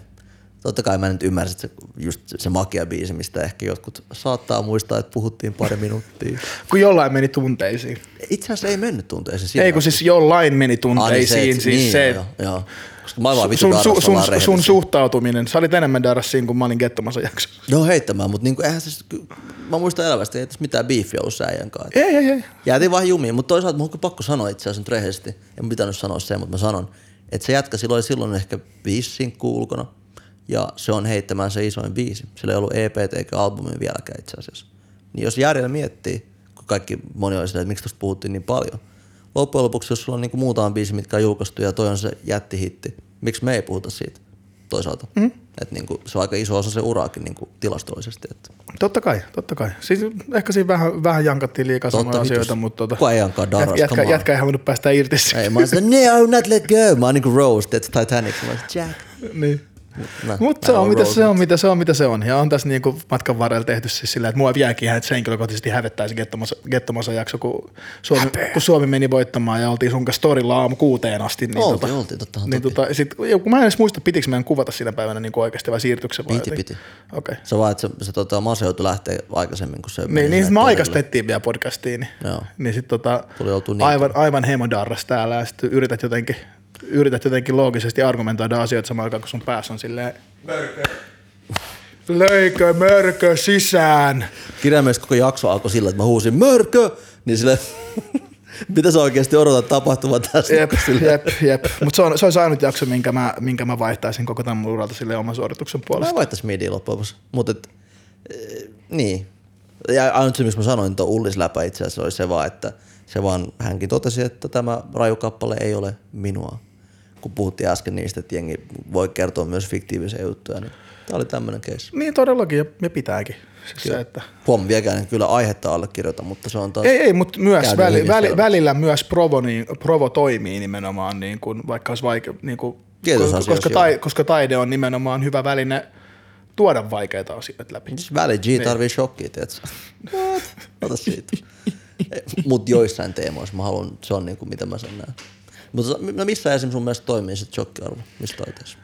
Speaker 2: Totta kai mä nyt ymmärsin, että se, just se makia biisi, mistä ehkä jotkut saattaa muistaa, että puhuttiin pari minuuttia.
Speaker 1: kun jollain meni tunteisiin.
Speaker 2: Itse asiassa ei mennyt tunteeseen. siinä.
Speaker 1: Ei kun siis jollain meni
Speaker 2: Ah, niin
Speaker 1: tunteisiin,
Speaker 2: et-
Speaker 1: siis
Speaker 2: niin,
Speaker 1: se,
Speaker 2: joo, joo. Koska mä oon vaan vitu
Speaker 1: sun,
Speaker 2: darrassa,
Speaker 1: sun, sun,
Speaker 2: ollaan
Speaker 1: sun
Speaker 2: rehellisiä.
Speaker 1: suhtautuminen, sä olit enemmän darrassiin kuin mä olin gettomassa jaksossa.
Speaker 2: No heittämään, mutta niinku, eihän siis, ky- mä muistan elävästi, ei tässä mitään biifiä ollut säijän kanssa.
Speaker 1: Ei, ei, ei.
Speaker 2: Jäätiin vähän niin jumiin, mutta toisaalta mun on kyllä pakko sanoa itse asiassa nyt rehellisesti. En mun pitänyt sanoa se, mutta mä sanon, että se jätkä silloin oli silloin ehkä viisi sinkkuu ulkona. Ja se on heittämään se isoin biisi. Sillä ei ollut EP eikä albumi vieläkään itse asiassa. Niin jos järjellä miettii, kun kaikki moni oli sitä, että miksi tuosta puhuttiin niin paljon. Loppujen lopuksi, jos sulla on niinku muutama biisi, mitkä on julkaistu ja toi on se jättihitti, miksi me ei puhuta siitä toisaalta? Mm. Et niinku, se on aika iso osa se uraakin niinku tilastollisesti. Että
Speaker 1: Totta kai, totta kai. Siis ehkä siinä vähän, vähän jankattiin liikaa
Speaker 2: Totta
Speaker 1: samoja
Speaker 2: vitus.
Speaker 1: asioita, mutta tota,
Speaker 2: Kuka ei jankaa darras,
Speaker 1: jät- jätkä,
Speaker 2: come on.
Speaker 1: jätkä ei halunnut päästä irti.
Speaker 2: Ei, mä oon sitä, no, not let go. Mä oon niinku Rose, that's Titanic. Mä oon Jack.
Speaker 1: niin.
Speaker 2: No,
Speaker 1: Mutta se on, mitä se on, mitä se on, mitä se on. Ja on tässä niinku matkan varrella tehty siis sillä, että mua vieläkin ihan, että se henkilökohtaisesti hävettäisi gettomassa jakso, kun Suomi, kun Suomi meni voittamaan ja oltiin sun kanssa storilla aamu kuuteen asti. Niin
Speaker 2: Oltiin, oltiin, tottahan
Speaker 1: niin
Speaker 2: toki.
Speaker 1: tota, sit, kun mä en edes muista, pitikö meidän kuvata sinä päivänä niin oikeasti vai siirtykö se vai?
Speaker 2: Piti,
Speaker 1: jotenkin?
Speaker 2: piti.
Speaker 1: Okei. Okay.
Speaker 2: Se vaan, että se, se tota, maseutui lähtee aikaisemmin kuin se meni
Speaker 1: Niin, niin
Speaker 2: sinne
Speaker 1: sit me
Speaker 2: torille.
Speaker 1: aikastettiin vielä podcastiin, niin,
Speaker 2: Joo.
Speaker 1: niin sit tota,
Speaker 2: Tuli oltua niin
Speaker 1: aivan, aivan hemodarras täällä ja sit yrität jotenkin, yrität jotenkin loogisesti argumentoida asioita samaan aikaan, kun sun päässä on silleen
Speaker 4: Mörkö.
Speaker 1: löikö mörkö sisään.
Speaker 2: Kirjaimellisesti koko jakso alkoi sillä, että mä huusin mörkö, niin sille, mitä sä oikeasti odotat tapahtuvan tässä?
Speaker 1: Jep,
Speaker 2: Sille-
Speaker 1: jep, jep. Mutta se on, se on se ainut jakso, minkä mä, minkä mä vaihtaisin koko tämän mun uralta sille oman suorituksen
Speaker 2: Mä
Speaker 1: puolesta.
Speaker 2: en vaihtais midiä loppujen lopuksi, mutta et, eh, niin. Ja ainut se, miksi mä sanoin tuon Ullis läpä itse asiassa, oli se vaan, että se vaan hänkin totesi, että tämä rajukappale ei ole minua. Kun puhuttiin äsken niistä, että jengi voi kertoa myös fiktiivisiä juttuja, niin tämä oli tämmöinen case.
Speaker 1: Niin todellakin, ja, ja pitääkin. Siis se, että...
Speaker 2: Huom, vieläkään en kyllä aihetta allekirjoita, mutta se on taas...
Speaker 1: Ei, ei, mutta myös
Speaker 2: Käydään
Speaker 1: väli,
Speaker 2: hyvin
Speaker 1: väli,
Speaker 2: selväksi.
Speaker 1: välillä myös provo, niin, provo toimii nimenomaan, niin kuin, vaikka olisi vaikea, niin kuin,
Speaker 2: Tietyissä
Speaker 1: ko- koska,
Speaker 2: asioissa,
Speaker 1: tai,
Speaker 2: joo.
Speaker 1: koska taide on nimenomaan hyvä väline tuoda vaikeita asioita läpi.
Speaker 2: Siis Valley
Speaker 1: Niin.
Speaker 2: G tarvii shokkia, tiedätkö? What? Ota siitä. Mut joissain teemoissa mä haluan, se on niinku mitä mä sen näen. Mutta sa- no missä esimerkiksi sun mielestä toimii sit shokkiarvo? Missä taiteessa?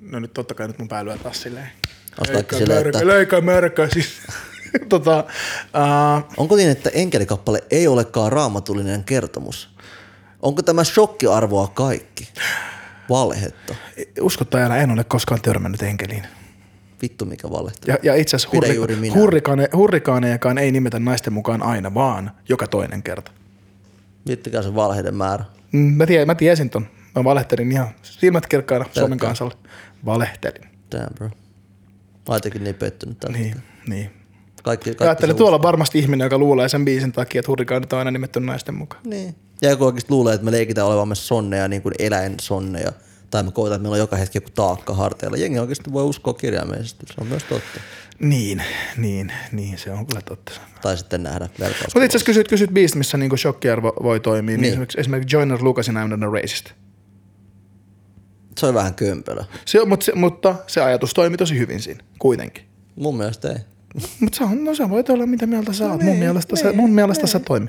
Speaker 1: No nyt totta kai nyt mun pää lyö taas silleen.
Speaker 2: Onks kaikki
Speaker 1: Löikö
Speaker 2: silleen,
Speaker 1: mörkö,
Speaker 2: että-
Speaker 1: löikö mörkö, siis. tota, ää,
Speaker 2: Onko niin, että enkelikappale ei olekaan raamatullinen kertomus? Onko tämä shokkiarvoa kaikki? Valhetta.
Speaker 1: usko tai älä, en ole koskaan törmännyt enkeliin.
Speaker 2: Vittu mikä valhetta.
Speaker 1: Ja, ja itse asiassa
Speaker 2: Pidä
Speaker 1: hurri,
Speaker 2: juuri minä.
Speaker 1: hurrikaane, hurrikaanejakaan ei nimetä naisten mukaan aina, vaan joka toinen kerta.
Speaker 2: Miettikää se valheiden määrä.
Speaker 1: Mm, Mä, tie, mä tiesin ton. Mä valehtelin ihan silmät kirkkaana Suomen
Speaker 2: Pelkkää.
Speaker 1: kansalle. Valehtelin.
Speaker 2: Damn bro. Mä oon jotenkin niin pettynyt tällä.
Speaker 1: Niin, niin.
Speaker 2: Kaikki, kaikki
Speaker 1: Kaikki Ajattelin,
Speaker 2: se
Speaker 1: tuolla on varmasti ihminen, joka luulee sen biisin takia, että hurrikaanit on aina nimetty naisten mukaan.
Speaker 2: uus- Niin. Ja joku oikeasti luulee, että me leikitään olevamme sonneja, niin kuin eläinsonneja. Tai me koetaan, että meillä on joka hetki joku taakka harteilla. Jengi oikeasti voi uskoa kirjaimellisesti. Se on myös totta.
Speaker 1: Niin, niin, niin, se on kyllä totta.
Speaker 2: Tai sitten nähdä vertaus.
Speaker 1: Mutta itse asiassa kysyt, kysyt biisit, missä niinku shokkiarvo voi toimia, niin,
Speaker 2: Niin.
Speaker 1: niin. esimerkiksi, esimerkiksi Joyner Lucasin I'm not a racist.
Speaker 2: Se on vähän kömpelö.
Speaker 1: Se, on- mut, se, mutta se ajatus toimi tosi hyvin siinä, kuitenkin.
Speaker 2: Mun mielestä ei.
Speaker 1: Mutta se on, no sä voit olla mitä mieltä sä oot.
Speaker 2: Niin,
Speaker 1: mun mielestä, se, mun mielestä se toimi.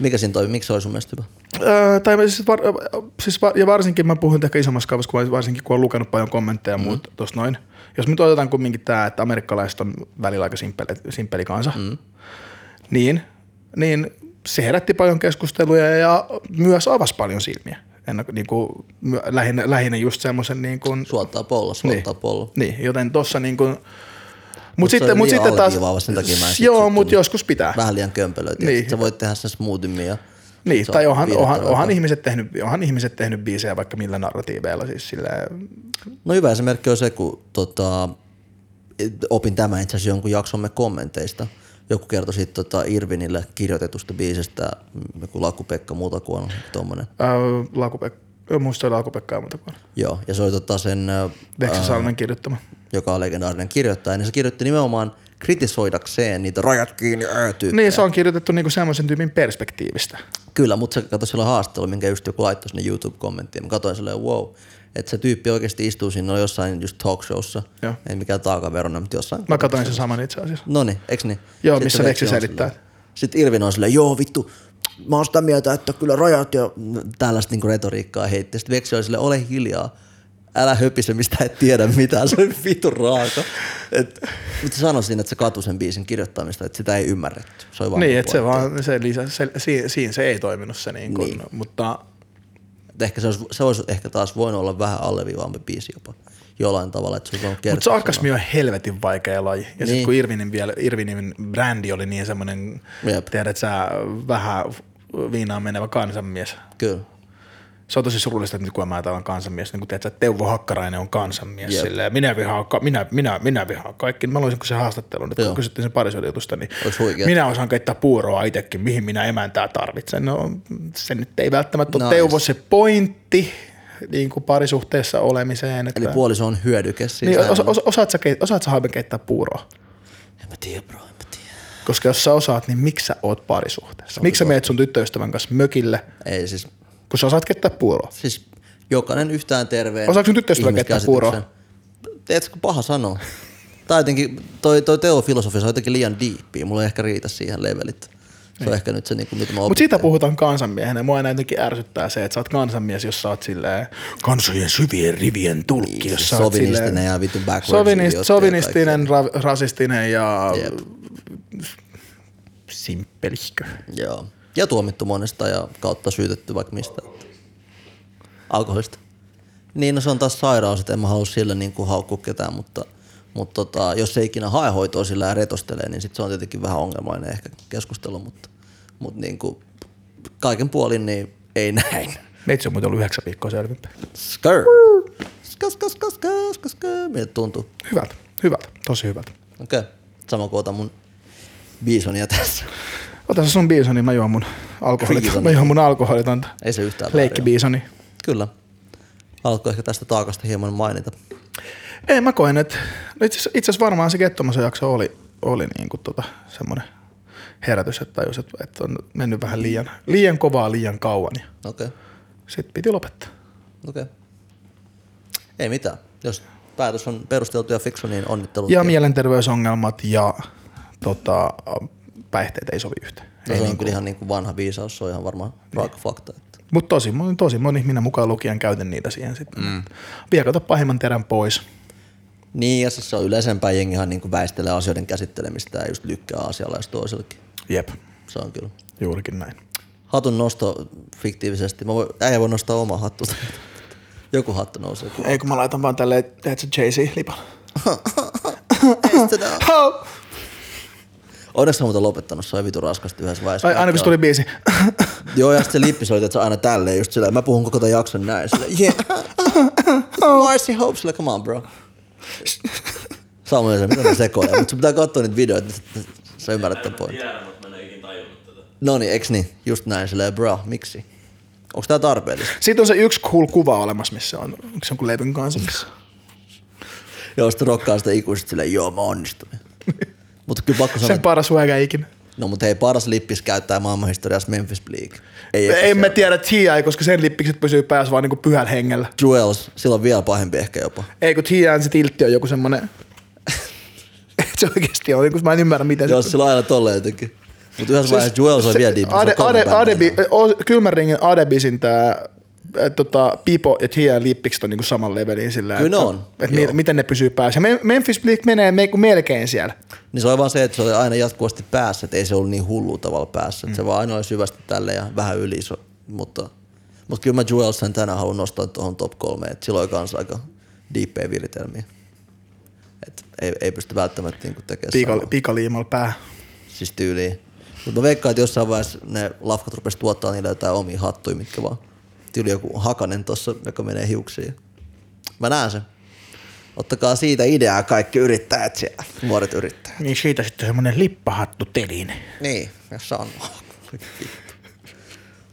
Speaker 2: Mikä siinä toimii? Miksi se oli sun mielestä hyvä?
Speaker 1: Öö, tai mä siis, var, ö, siis var, ja varsinkin mä puhun nyt ehkä isommassa kaavassa, kun mä- varsinkin kun on lukenut paljon kommentteja
Speaker 2: Mm.
Speaker 1: ja muut tuossa noin. Jos me nyt otetaan kumminkin tämä, että amerikkalaiset on välillä aika simpeli, simpeli kansa, mm. niin, niin se herätti paljon keskusteluja ja myös avasi paljon silmiä. En, niin kuin, my- lähinnä, lähinnä just semmoisen niin kuin,
Speaker 2: Suoltaa pollo, suoltaa niin. pollo.
Speaker 1: niin, joten tossa niin kuin,
Speaker 2: Mut
Speaker 1: mut
Speaker 2: se oli
Speaker 1: sitten, mut
Speaker 2: liian
Speaker 1: sitten taas,
Speaker 2: alkivaava, sen takia mä en sit
Speaker 1: joo,
Speaker 2: sitten-
Speaker 1: mutta joskus pitää.
Speaker 2: Vähän liian kömpelö. Niin.
Speaker 1: Niin.
Speaker 2: Sä voit tehdä sen smoothimmin ja
Speaker 1: Niin,
Speaker 2: se
Speaker 1: tai
Speaker 2: on
Speaker 1: onhan, onhan,
Speaker 2: viihdyttävää.
Speaker 1: onhan, ihmiset tehnyt, onhan ihmiset tehnyt biisejä vaikka millä narratiiveilla. Siis sillä,
Speaker 2: No hyvä esimerkki on se, kun tota, et- opin tämä itse asiassa jonkun jaksomme kommenteista. Joku kertoi siitä tota Irvinille kirjoitetusta biisestä, mm, joku Lakupekka Mutakuono, tommonen.
Speaker 1: äh, Laakupek, äh, muista oli Laakupekkaa muuta kuin
Speaker 2: Joo, ja se oli tota sen, ö,
Speaker 1: Veksi Salmen kirjoittama.
Speaker 2: joka on legendaarinen kirjoittaja, niin se kirjoitti nimenomaan kritisoidakseen niitä rajat kiinni ö, tyyppejä.
Speaker 1: Niin, se on kirjoitettu niinku semmoisen tyypin perspektiivistä.
Speaker 2: Kyllä, mutta se katsoi silloin haastattelu, minkä just joku laittoi sinne YouTube-kommenttiin. Mä katsoin silleen, wow, että se tyyppi oikeasti istuu siinä jossain just talk showssa.
Speaker 1: Joo.
Speaker 2: Ei mikään taakanverona, mutta jossain.
Speaker 1: Mä katsoin sen saman itse asiassa.
Speaker 2: No niin, eiks niin?
Speaker 1: Joo,
Speaker 2: Sitten
Speaker 1: missä
Speaker 2: se
Speaker 1: Veksi
Speaker 2: on
Speaker 1: selittää.
Speaker 2: silleen- Sitten Irvin on silleen, joo vittu, mä oon sitä mieltä, että kyllä rajat ja tällaista niinku retoriikkaa heitti. Sitten Veksi oli silleen, ole hiljaa, älä höpise, mistä et tiedä mitään, se oli vittu raaka. Et, mutta se sanoi siinä, että se katui sen biisin kirjoittamista, että sitä ei ymmärretty. Se oli vaan
Speaker 1: Niin,
Speaker 2: niinku
Speaker 1: että se
Speaker 2: pointti.
Speaker 1: vaan, se lisä, se, si- siinä se ei toiminut se niin kuin,
Speaker 2: Niin.
Speaker 1: niin. mutta
Speaker 2: Et ehkä se olisi, se olisi ehkä taas voinut olla vähän alleviivaampi biisi jopa jollain tavalla, että se olisi voinut kertoa.
Speaker 1: Mutta sarkasmi on helvetin vaikea laji. Ja niin.
Speaker 2: Niin.
Speaker 1: sitten kun Irvinin, vielä, Irvinin brändi oli niin semmoinen,
Speaker 2: Jep.
Speaker 1: tiedät sä, vähän viinaan menevä kansanmies.
Speaker 2: sanan. Kyllä.
Speaker 1: Se on tosi surullista, että nykyään mä on kansanmies. Niin kun tiedät, sä, että Teuvo Hakkarainen on kansanmies.
Speaker 2: Jep.
Speaker 1: Silleen, minä, vihaan, ka- minä, minä, minä vihaan kaikki. Mä luisin, kun se haastattelu, että
Speaker 2: Joo.
Speaker 1: kun kysyttiin sen parisoidutusta, niin
Speaker 2: Ois huikeet.
Speaker 1: minä osaan keittää puuroa itsekin, mihin minä emäntää tarvitsen. No se nyt ei välttämättä ole
Speaker 2: Nice.
Speaker 1: Teuvo se pointti niin kuin parisuhteessa olemiseen. Että...
Speaker 2: Eli puoliso on hyödyke siis.
Speaker 1: Niin,
Speaker 2: Hän-
Speaker 1: osa, osa, osaat sä, kei- osaat sä Haibe keittää puuroa?
Speaker 2: En mä tiedä bro, en mä tiedä.
Speaker 1: Koska jos sä osaat, niin miksi sä oot parisuhteessa? Miksi sä meet sun tyttöystävän kanssa mökille,
Speaker 2: Ei siis,
Speaker 1: kun sä osaat keittää puuroa?
Speaker 2: siis jokainen yhtään terveen.
Speaker 1: Osaako sun tyttöystävä keittää
Speaker 2: ihmiskäsityksen- Tiedätkö, kun paha sanoa. Tai jotenkin, toi, toi teofilosofia, se on jotenkin liian diippiä. Mulla ei ehkä riitä siihen levelit. Se on ehkä nyt se, niin kuin, mitä mä opin.
Speaker 1: Mutta siitä puhutaan kansanmiehenä. Mua aina jotenkin ärsyttää se, että sä oot kansanmies, jos sä oot silleen kansojen syvien rivien tulkki.
Speaker 2: Niin,
Speaker 1: jos
Speaker 2: se
Speaker 1: sä oot
Speaker 2: sovinistinen
Speaker 1: silleen-
Speaker 2: ja vitun backwards idiootti
Speaker 1: Sovinist,
Speaker 2: ja
Speaker 1: sovinistinen, ra- rasistinen ja
Speaker 2: Jep.
Speaker 1: simppelihkö.
Speaker 2: Joo. Ja tuomittu monesta ja kautta syytetty vaikka mistä. Alkoholista. Niin, no se on taas sairaus, että en mä halua sillä niin kuin haukkua ketään, mutta, mutta tota, jos se ikinä hae hoitoa sillä ja retostelee, niin sit se on tietenkin vähän ongelmainen ehkä keskustelu, mutta, mutta niin kuin kaiken puolin niin ei näin.
Speaker 1: Meitsi on muuten ollut yhdeksän viikkoa selvinpäin.
Speaker 2: Skr. Skas, skas, skas, skas, skas, skas. Miltä tuntuu?
Speaker 1: Hyvältä, hyvältä, tosi hyvältä.
Speaker 2: Okei. Okay. Sama kuin otan mun biisonia tässä.
Speaker 1: Ota se sun biisoni, mä juon mun alkoholitonta.
Speaker 2: Biisoni.
Speaker 1: Mä juon mun alkoholitonta.
Speaker 2: Ei se yhtään väärin ole.
Speaker 1: Leikkibiisoni.
Speaker 2: Kyllä. Alkoi ehkä tästä taakasta hieman mainita.
Speaker 1: Ei, mä koen, että no itse asiassa- itse asiassa varmaan se Kettomasen jakso oli, oli niin kuin tota, semmoinen herätys, että tajus, että, että on mennyt vähän liian, liian kovaa liian kauan ja
Speaker 2: Okei. Okay.
Speaker 1: sitten piti lopettaa.
Speaker 2: Okei. Ei mitään. Jos päätös on perusteltu ja fiksu, niin onnittelut.
Speaker 1: Ja mielenterveysongelmat ja tota, päihteet ei niinku- Niin. sovi yhteen.
Speaker 2: no, se on kyllä ihan niin kuin vanha viisaus, se on ihan varmaan raaka fakta. Että.
Speaker 1: Mutta tosi, moni- tosi moni ihminen mukaan lukien käytän niitä siihen sitten. Mm. Viekata pahimman terän pois.
Speaker 2: Niin, ja se se on yleisempää jengihan niin kuin väistelee asioiden käsittelemistä ja just lykkää asialla jos toisellekin.
Speaker 1: Jep,
Speaker 2: Se on kyllä.
Speaker 1: juurikin näin.
Speaker 2: Hatun nosto fiktiivisesti. Mä voin, äijä voi nostaa omaa hattusta. Joku hattu nousee.
Speaker 1: Ei kun mä laitan vaan tälleen, teet se Jay-Z-lipan.
Speaker 2: Onneksi se on muuten lopettanut, se on vitu raskasta yhdessä vaiheessa.
Speaker 1: Ai, aina kun se tuli biisi.
Speaker 2: Joo, ja sitten se lippi soi, että se aina tälleen just sillä. Mä puhun koko tämän jakson näin. Sillä, yeah. Marcy Hope, sillä, come on bro. Samoin se, mitä ne sekoilee. Mutta sun pitää katsoa niitä videoita, että sä ymmärrät tämän pointin.
Speaker 4: Tiedän, mutta mä en ikinä tajunnut tätä.
Speaker 2: No niin, eiks niin? Just näin, silleen bro, miksi? Onks tää tarpeellista?
Speaker 1: Siitä on se yksi cool kuva olemassa, missä on, onko se jonkun levyn kanssa. Missä?
Speaker 2: Joo, sitten rokkaa sitä ikuisesti silleen, joo mä onnistuin. Mutta kyllä pakko sanoa,
Speaker 1: Sen paras swagger ikinä.
Speaker 2: no mutta hei paras lippis käyttää maailmanhistoriassa Memphis Bleak. Ei,
Speaker 1: En mä tiedä T.I., koska sen lippikset pysyy päässä vaan niinku pyhällä hengellä.
Speaker 2: Jewels, sillä on vielä pahempi ehkä jopa.
Speaker 1: Ei kun T.I.n se tiltti on joku semmonen... Et se oikeesti on, kun mä en ymmärrä miten
Speaker 2: Joo,
Speaker 1: se...
Speaker 2: sillä on aina tolleen jotenkin. Mutta yhdessä vaiheessa Jewels on vielä diippi.
Speaker 1: Siis Ade, Ade, Adebi, o- Kylmän ringin Adebisin tää et tota, Pipo ja T.I.n lippikset on niinku saman levelin sillä.
Speaker 2: Kyllä ne
Speaker 1: että-
Speaker 2: on,
Speaker 1: että mi-
Speaker 2: joo.
Speaker 1: miten ne pysyy päässä. Me- Memphis Bleak menee me- melkein siellä.
Speaker 2: Niin se on vaan se, että se oli aina jatkuvasti päässä, että ei se ollut niin hullu tavalla päässä. Mm. Se vaan aina oli syvästi tälle ja vähän yli iso. Mutta, mutta kyllä mä Jewelsen tänään haluan nostaa tuohon top kolmeen, että sillä oli kans aika diippejä viritelmiä. Et ei, ei pysty välttämättä niinku tekemään
Speaker 1: Piika,
Speaker 2: samaa.
Speaker 1: piikaliimalla pää.
Speaker 2: siis tyyliin. Mutta mä veikkaan, että jossain vaiheessa ne lafkat rupes tuottaa niille jotain omia hattuja, mitkä vaan. Tyyli joku hakanen tossa, joka menee hiuksiin. Mä näen sen. Ottakaa siitä ideaa kaikki yrittäjät siellä, nuoret yrittäjät.
Speaker 1: Niin siitä sitten semmonen lippahattu teline.
Speaker 2: Niin, ja sanoa.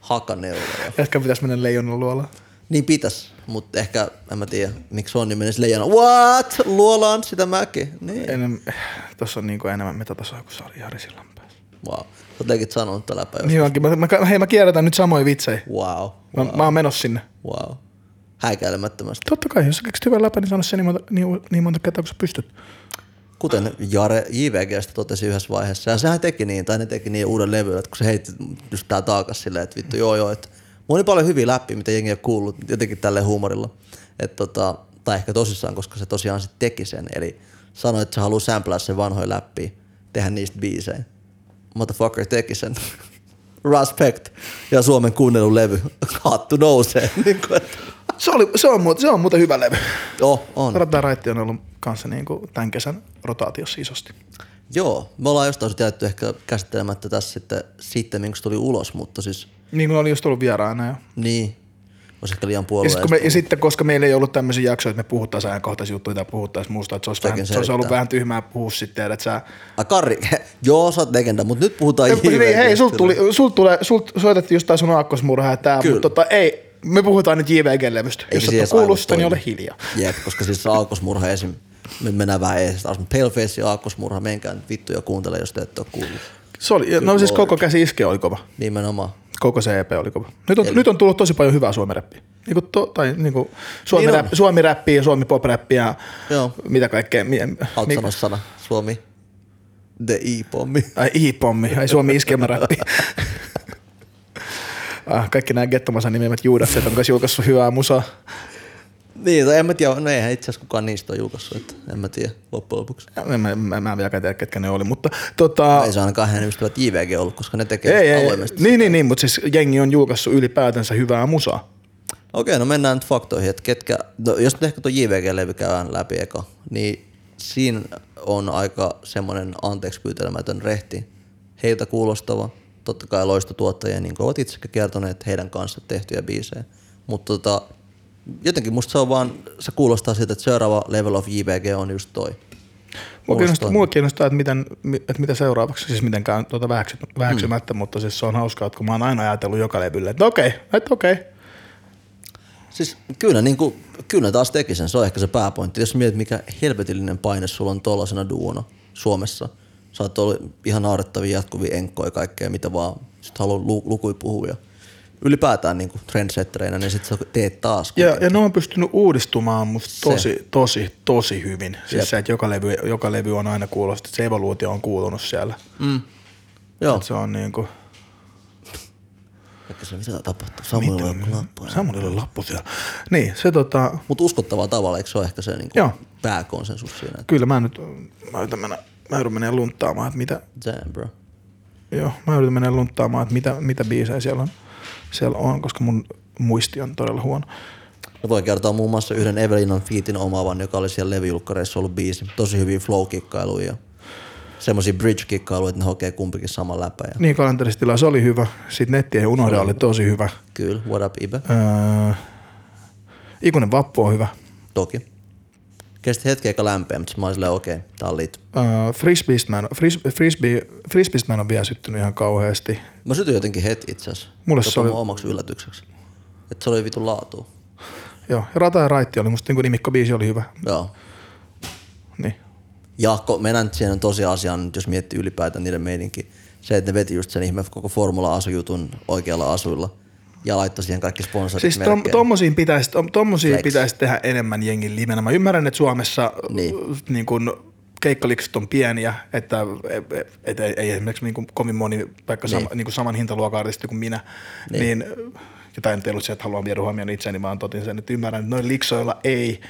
Speaker 2: Hakaneuvoja.
Speaker 1: Ehkä pitäisi mennä leijonan luolaan.
Speaker 2: Niin pitäis, mutta ehkä, en mä tiedä, miksi Sonni menisi leijana. What? Luolaan sitä mäki. Niin.
Speaker 1: Enem, tuossa on niinku enemmän metatasoa kuin Sari Jari Sillanpää.
Speaker 2: Wow. Sä oot leikit sanonut tällä päivällä.
Speaker 1: Niin onkin. Mä, mä, hei, mä kierrätän nyt samoja vitsejä.
Speaker 2: Wow.
Speaker 1: Mä, mä oon menossa sinne.
Speaker 2: Wow. Häikäilemättömästi.
Speaker 1: Totta kai, jos sä keksit hyvän läpän, niin sano se niin monta, niin, niin monta kertaa, kun sä pystyt.
Speaker 2: Kuten Jare JVGstä totesi yhdessä vaiheessa, ja sehän teki niin, tai ne teki niin uuden levyn, että kun se heitti just tää taakas silleen, että vittu joo joo, että mulla oli paljon hyviä läppiä, mitä jengi on kuullut, jotenkin tälle huumorilla, että tota, tai ehkä tosissaan, koska se tosiaan sitten teki sen, eli sanoi, että se haluaa sämplää sen vanhoja läppiä, tehdä niistä biisejä. Motherfucker teki sen. Respect ja Suomen kuunnellun levy. Hattu nousee. Niin kuin, että,
Speaker 1: Se, oli, se, on, muuten, se on muuten hyvä levy.
Speaker 2: joo, on.
Speaker 1: Rataa Raitti on ollut kanssa niin kuin tämän kesän rotaatiossa isosti.
Speaker 2: Joo, me ollaan jostain syystä jätetty ehkä käsittelemättä tässä sitten, sitten kun se tuli ulos, mutta siis
Speaker 1: Niin kuin oli just ollut vieraana jo.
Speaker 2: niin, olisi ehkä liian
Speaker 1: Ja, sit,
Speaker 2: puolueellista.
Speaker 1: Siis kun me, ja sitten, koska meillä ei ollut tämmöisiä jaksoja, että me puhuttaisiin ajankohtaisia juttuja tai puhuttaisiin muusta, että se olisi,
Speaker 2: Sekin
Speaker 1: vähän, se olisi ollut
Speaker 2: selittää.
Speaker 1: vähän tyhmää puhua sitten, että sä
Speaker 2: Ai Ah, Karri, joo sä oot legenda, mutta nyt puhutaan
Speaker 1: Ei, niin,
Speaker 2: JVGstä.
Speaker 1: Hei, hei sulta tuli, sult tulee, sult soitettiin just tää sun aakkosmurha ja tää,
Speaker 2: Kyllä.
Speaker 1: mutta tota, ei, me puhutaan nyt JVG-levystä.
Speaker 2: Eikä
Speaker 1: Jos et
Speaker 2: siihen
Speaker 1: ole kuullut
Speaker 2: aivot
Speaker 1: sitä, niin
Speaker 2: toimi.
Speaker 1: ole hiljaa.
Speaker 2: Jep, koska siis se aakkosmurha esim. Nyt mennään vähän ees taas, mutta Paleface ja aakkosmurha, menkää nyt vittu ja kuuntele, jos te ette ole kuullut.
Speaker 1: Se oli, no siis koko käsi iske oli kova.
Speaker 2: Nimenomaan.
Speaker 1: Koko se EP oli kova. Nyt on, nyt on tullut tosi paljon hyvää suomiräppiä. Niinku to, tai niinku suomi,
Speaker 2: Niin
Speaker 1: niin
Speaker 2: on.
Speaker 1: rap, suomi räppiä ja suomi pop räppiä
Speaker 2: Joo.
Speaker 1: mitä kaikkea. Mi,
Speaker 2: Haluat
Speaker 1: mi,
Speaker 2: sanoa sana, Suomi. The E-pommi.
Speaker 1: ai i-pommi, ai suomi iskelmäräppi. ah, kaikki nämä Gettomasan nimimät Juudakset on kanssa julkaissut hyvää musaa.
Speaker 2: Niin, tai en mä tiedä, no eihän itse asiassa kukaan niistä ole julkaissut, että en mä tiedä loppujen lopuksi.
Speaker 1: En Mä, mä, mä en vieläkään tiedä, ketkä ne oli, mutta tota...
Speaker 2: Ei se ainakaan hänen ystävät JVG ollut, koska ne tekee
Speaker 1: Ei,
Speaker 2: Ah. ei,
Speaker 1: ei,
Speaker 2: avoimesti. Ei.
Speaker 1: niin, niin, niin, mutta siis jengi on julkaissut ylipäätänsä hyvää musaa.
Speaker 2: Okei, no mennään nyt faktoihin, että ketkä, no, jos nyt ehkä tuo JVG-levy käydään läpi eka, niin siinä on aika semmoinen anteeksi pyytelemätön rehti. Heiltä kuulostava, totta kai loistotuottajia, niin kuin ovat itsekin kertoneet heidän kanssa tehtyjä biisejä. Mutta tota, jotenkin musta se on vaan, se kuulostaa siltä, että seuraava level of JVG on just toi.
Speaker 1: Mua kiinnostaa,
Speaker 2: Muistan.
Speaker 1: mua kiinnostaa että, miten, mi- että mitä seuraavaksi, siis mitenkään tuota vähäksy,
Speaker 2: Mm.
Speaker 1: vähäksymättä, mutta siis se on hauskaa, että kun mä oon aina ajatellut joka levylle, että okei, että okei.
Speaker 2: Siis kyllä, niin kuin, kyllä taas teki sen, se on ehkä se pääpointti. Jos mietit, mikä helvetillinen paine sulla on tollasena duona Suomessa. Sä oot ollut ihan naurettavia jatkuvia enkkoja ja kaikkea, mitä vaan sit haluan lu- lukui puhua. Ja ylipäätään niin kuin trendsettereinä, niin sit sä teet taas.
Speaker 1: Ja,
Speaker 2: kuitenkin.
Speaker 1: ja ne on pystynyt uudistumaan musta
Speaker 2: Se.
Speaker 1: tosi, tosi, tosi hyvin.
Speaker 2: Jep.
Speaker 1: Siis se, että joka levy, joka levy on aina kuulostunut, että se evoluutio on kuulunut siellä.
Speaker 2: Joo.
Speaker 1: Se on niin kuin,
Speaker 2: Ehkä se, mitä tapahtuu? Samuel on lappu.
Speaker 1: Samulilla on lappu siellä. Niin, se tota,
Speaker 2: Mutta uskottavaa tavalla, eikö se ole ehkä se niin kuin,
Speaker 1: Joo.
Speaker 2: pääkonsensus siinä. että
Speaker 1: Kyllä mä nyt, mä yritän mennä, mä yritän mennä lunttaamaan, että mitä,
Speaker 2: Damn bro.
Speaker 1: joo, mä yritän mennä lunttaamaan, että mitä, mitä biisejä siellä on, siellä on, koska mun muisti on todella huono.
Speaker 2: No voi kertoa muun muassa yhden Evelinan fiitin omaavan, joka oli siellä levyjulkkareissa ollut biisi. Tosi hyviä flow-kikkailuja ja semmosia bridge-kikkailuja, että ne hokee kumpikin saman läpä. Ja...
Speaker 1: Niin kalenteristila, se oli hyvä. Sitten netti ei unohda, oli tosi hyvä.
Speaker 2: Kyllä, what up Ibe?
Speaker 1: Öö, ikuinen vappu on hyvä.
Speaker 2: Toki. Kesti hetki eikä lämpeä, mutta sit mä olin silleen okei, okay, tää on lit.
Speaker 1: Öö, frisbeestä mä en, fris, frisbee, frisbeestä mä en ole vielä syttynyt ihan kauheasti.
Speaker 2: Mä sytyin jotenkin heti itse asiassa.
Speaker 1: Mulle se
Speaker 2: Jopa
Speaker 1: oli-
Speaker 2: mun omaksi yllätykseksi. Et se oli vitun laatu.
Speaker 1: Joo, ja Rata ja Raitti oli musta niin nimikkobiisi oli hyvä.
Speaker 2: Joo.
Speaker 1: Niin.
Speaker 2: Jaakko, mennään nyt siihen tosiasiaan, nyt jos miettii ylipäätään niiden meininki. Se, että ne veti just sen ihme koko formula-asujutun oikealla asuilla ja laittoi siihen kaikki sponsorit
Speaker 1: Siis tom,
Speaker 2: melkein.
Speaker 1: tommosiin, pitäisi, tom, tommosiin
Speaker 2: Flex.
Speaker 1: pitäisi tehdä enemmän jengin livenä. Mä ymmärrän, että Suomessa
Speaker 2: Niin.
Speaker 1: niin. Niin kun, keikkalikset on pieniä, että et, et, ei, ei esimerkiksi niin kun, kovin moni vaikka niin. Sama, niin kun saman hintaluokan artisti kuin minä, niin, niin ja tämä nyt ei ollut se, että haluan viedä huomioon itseäni, vaan totin sen, että ymmärrän, että noin liksoilla ei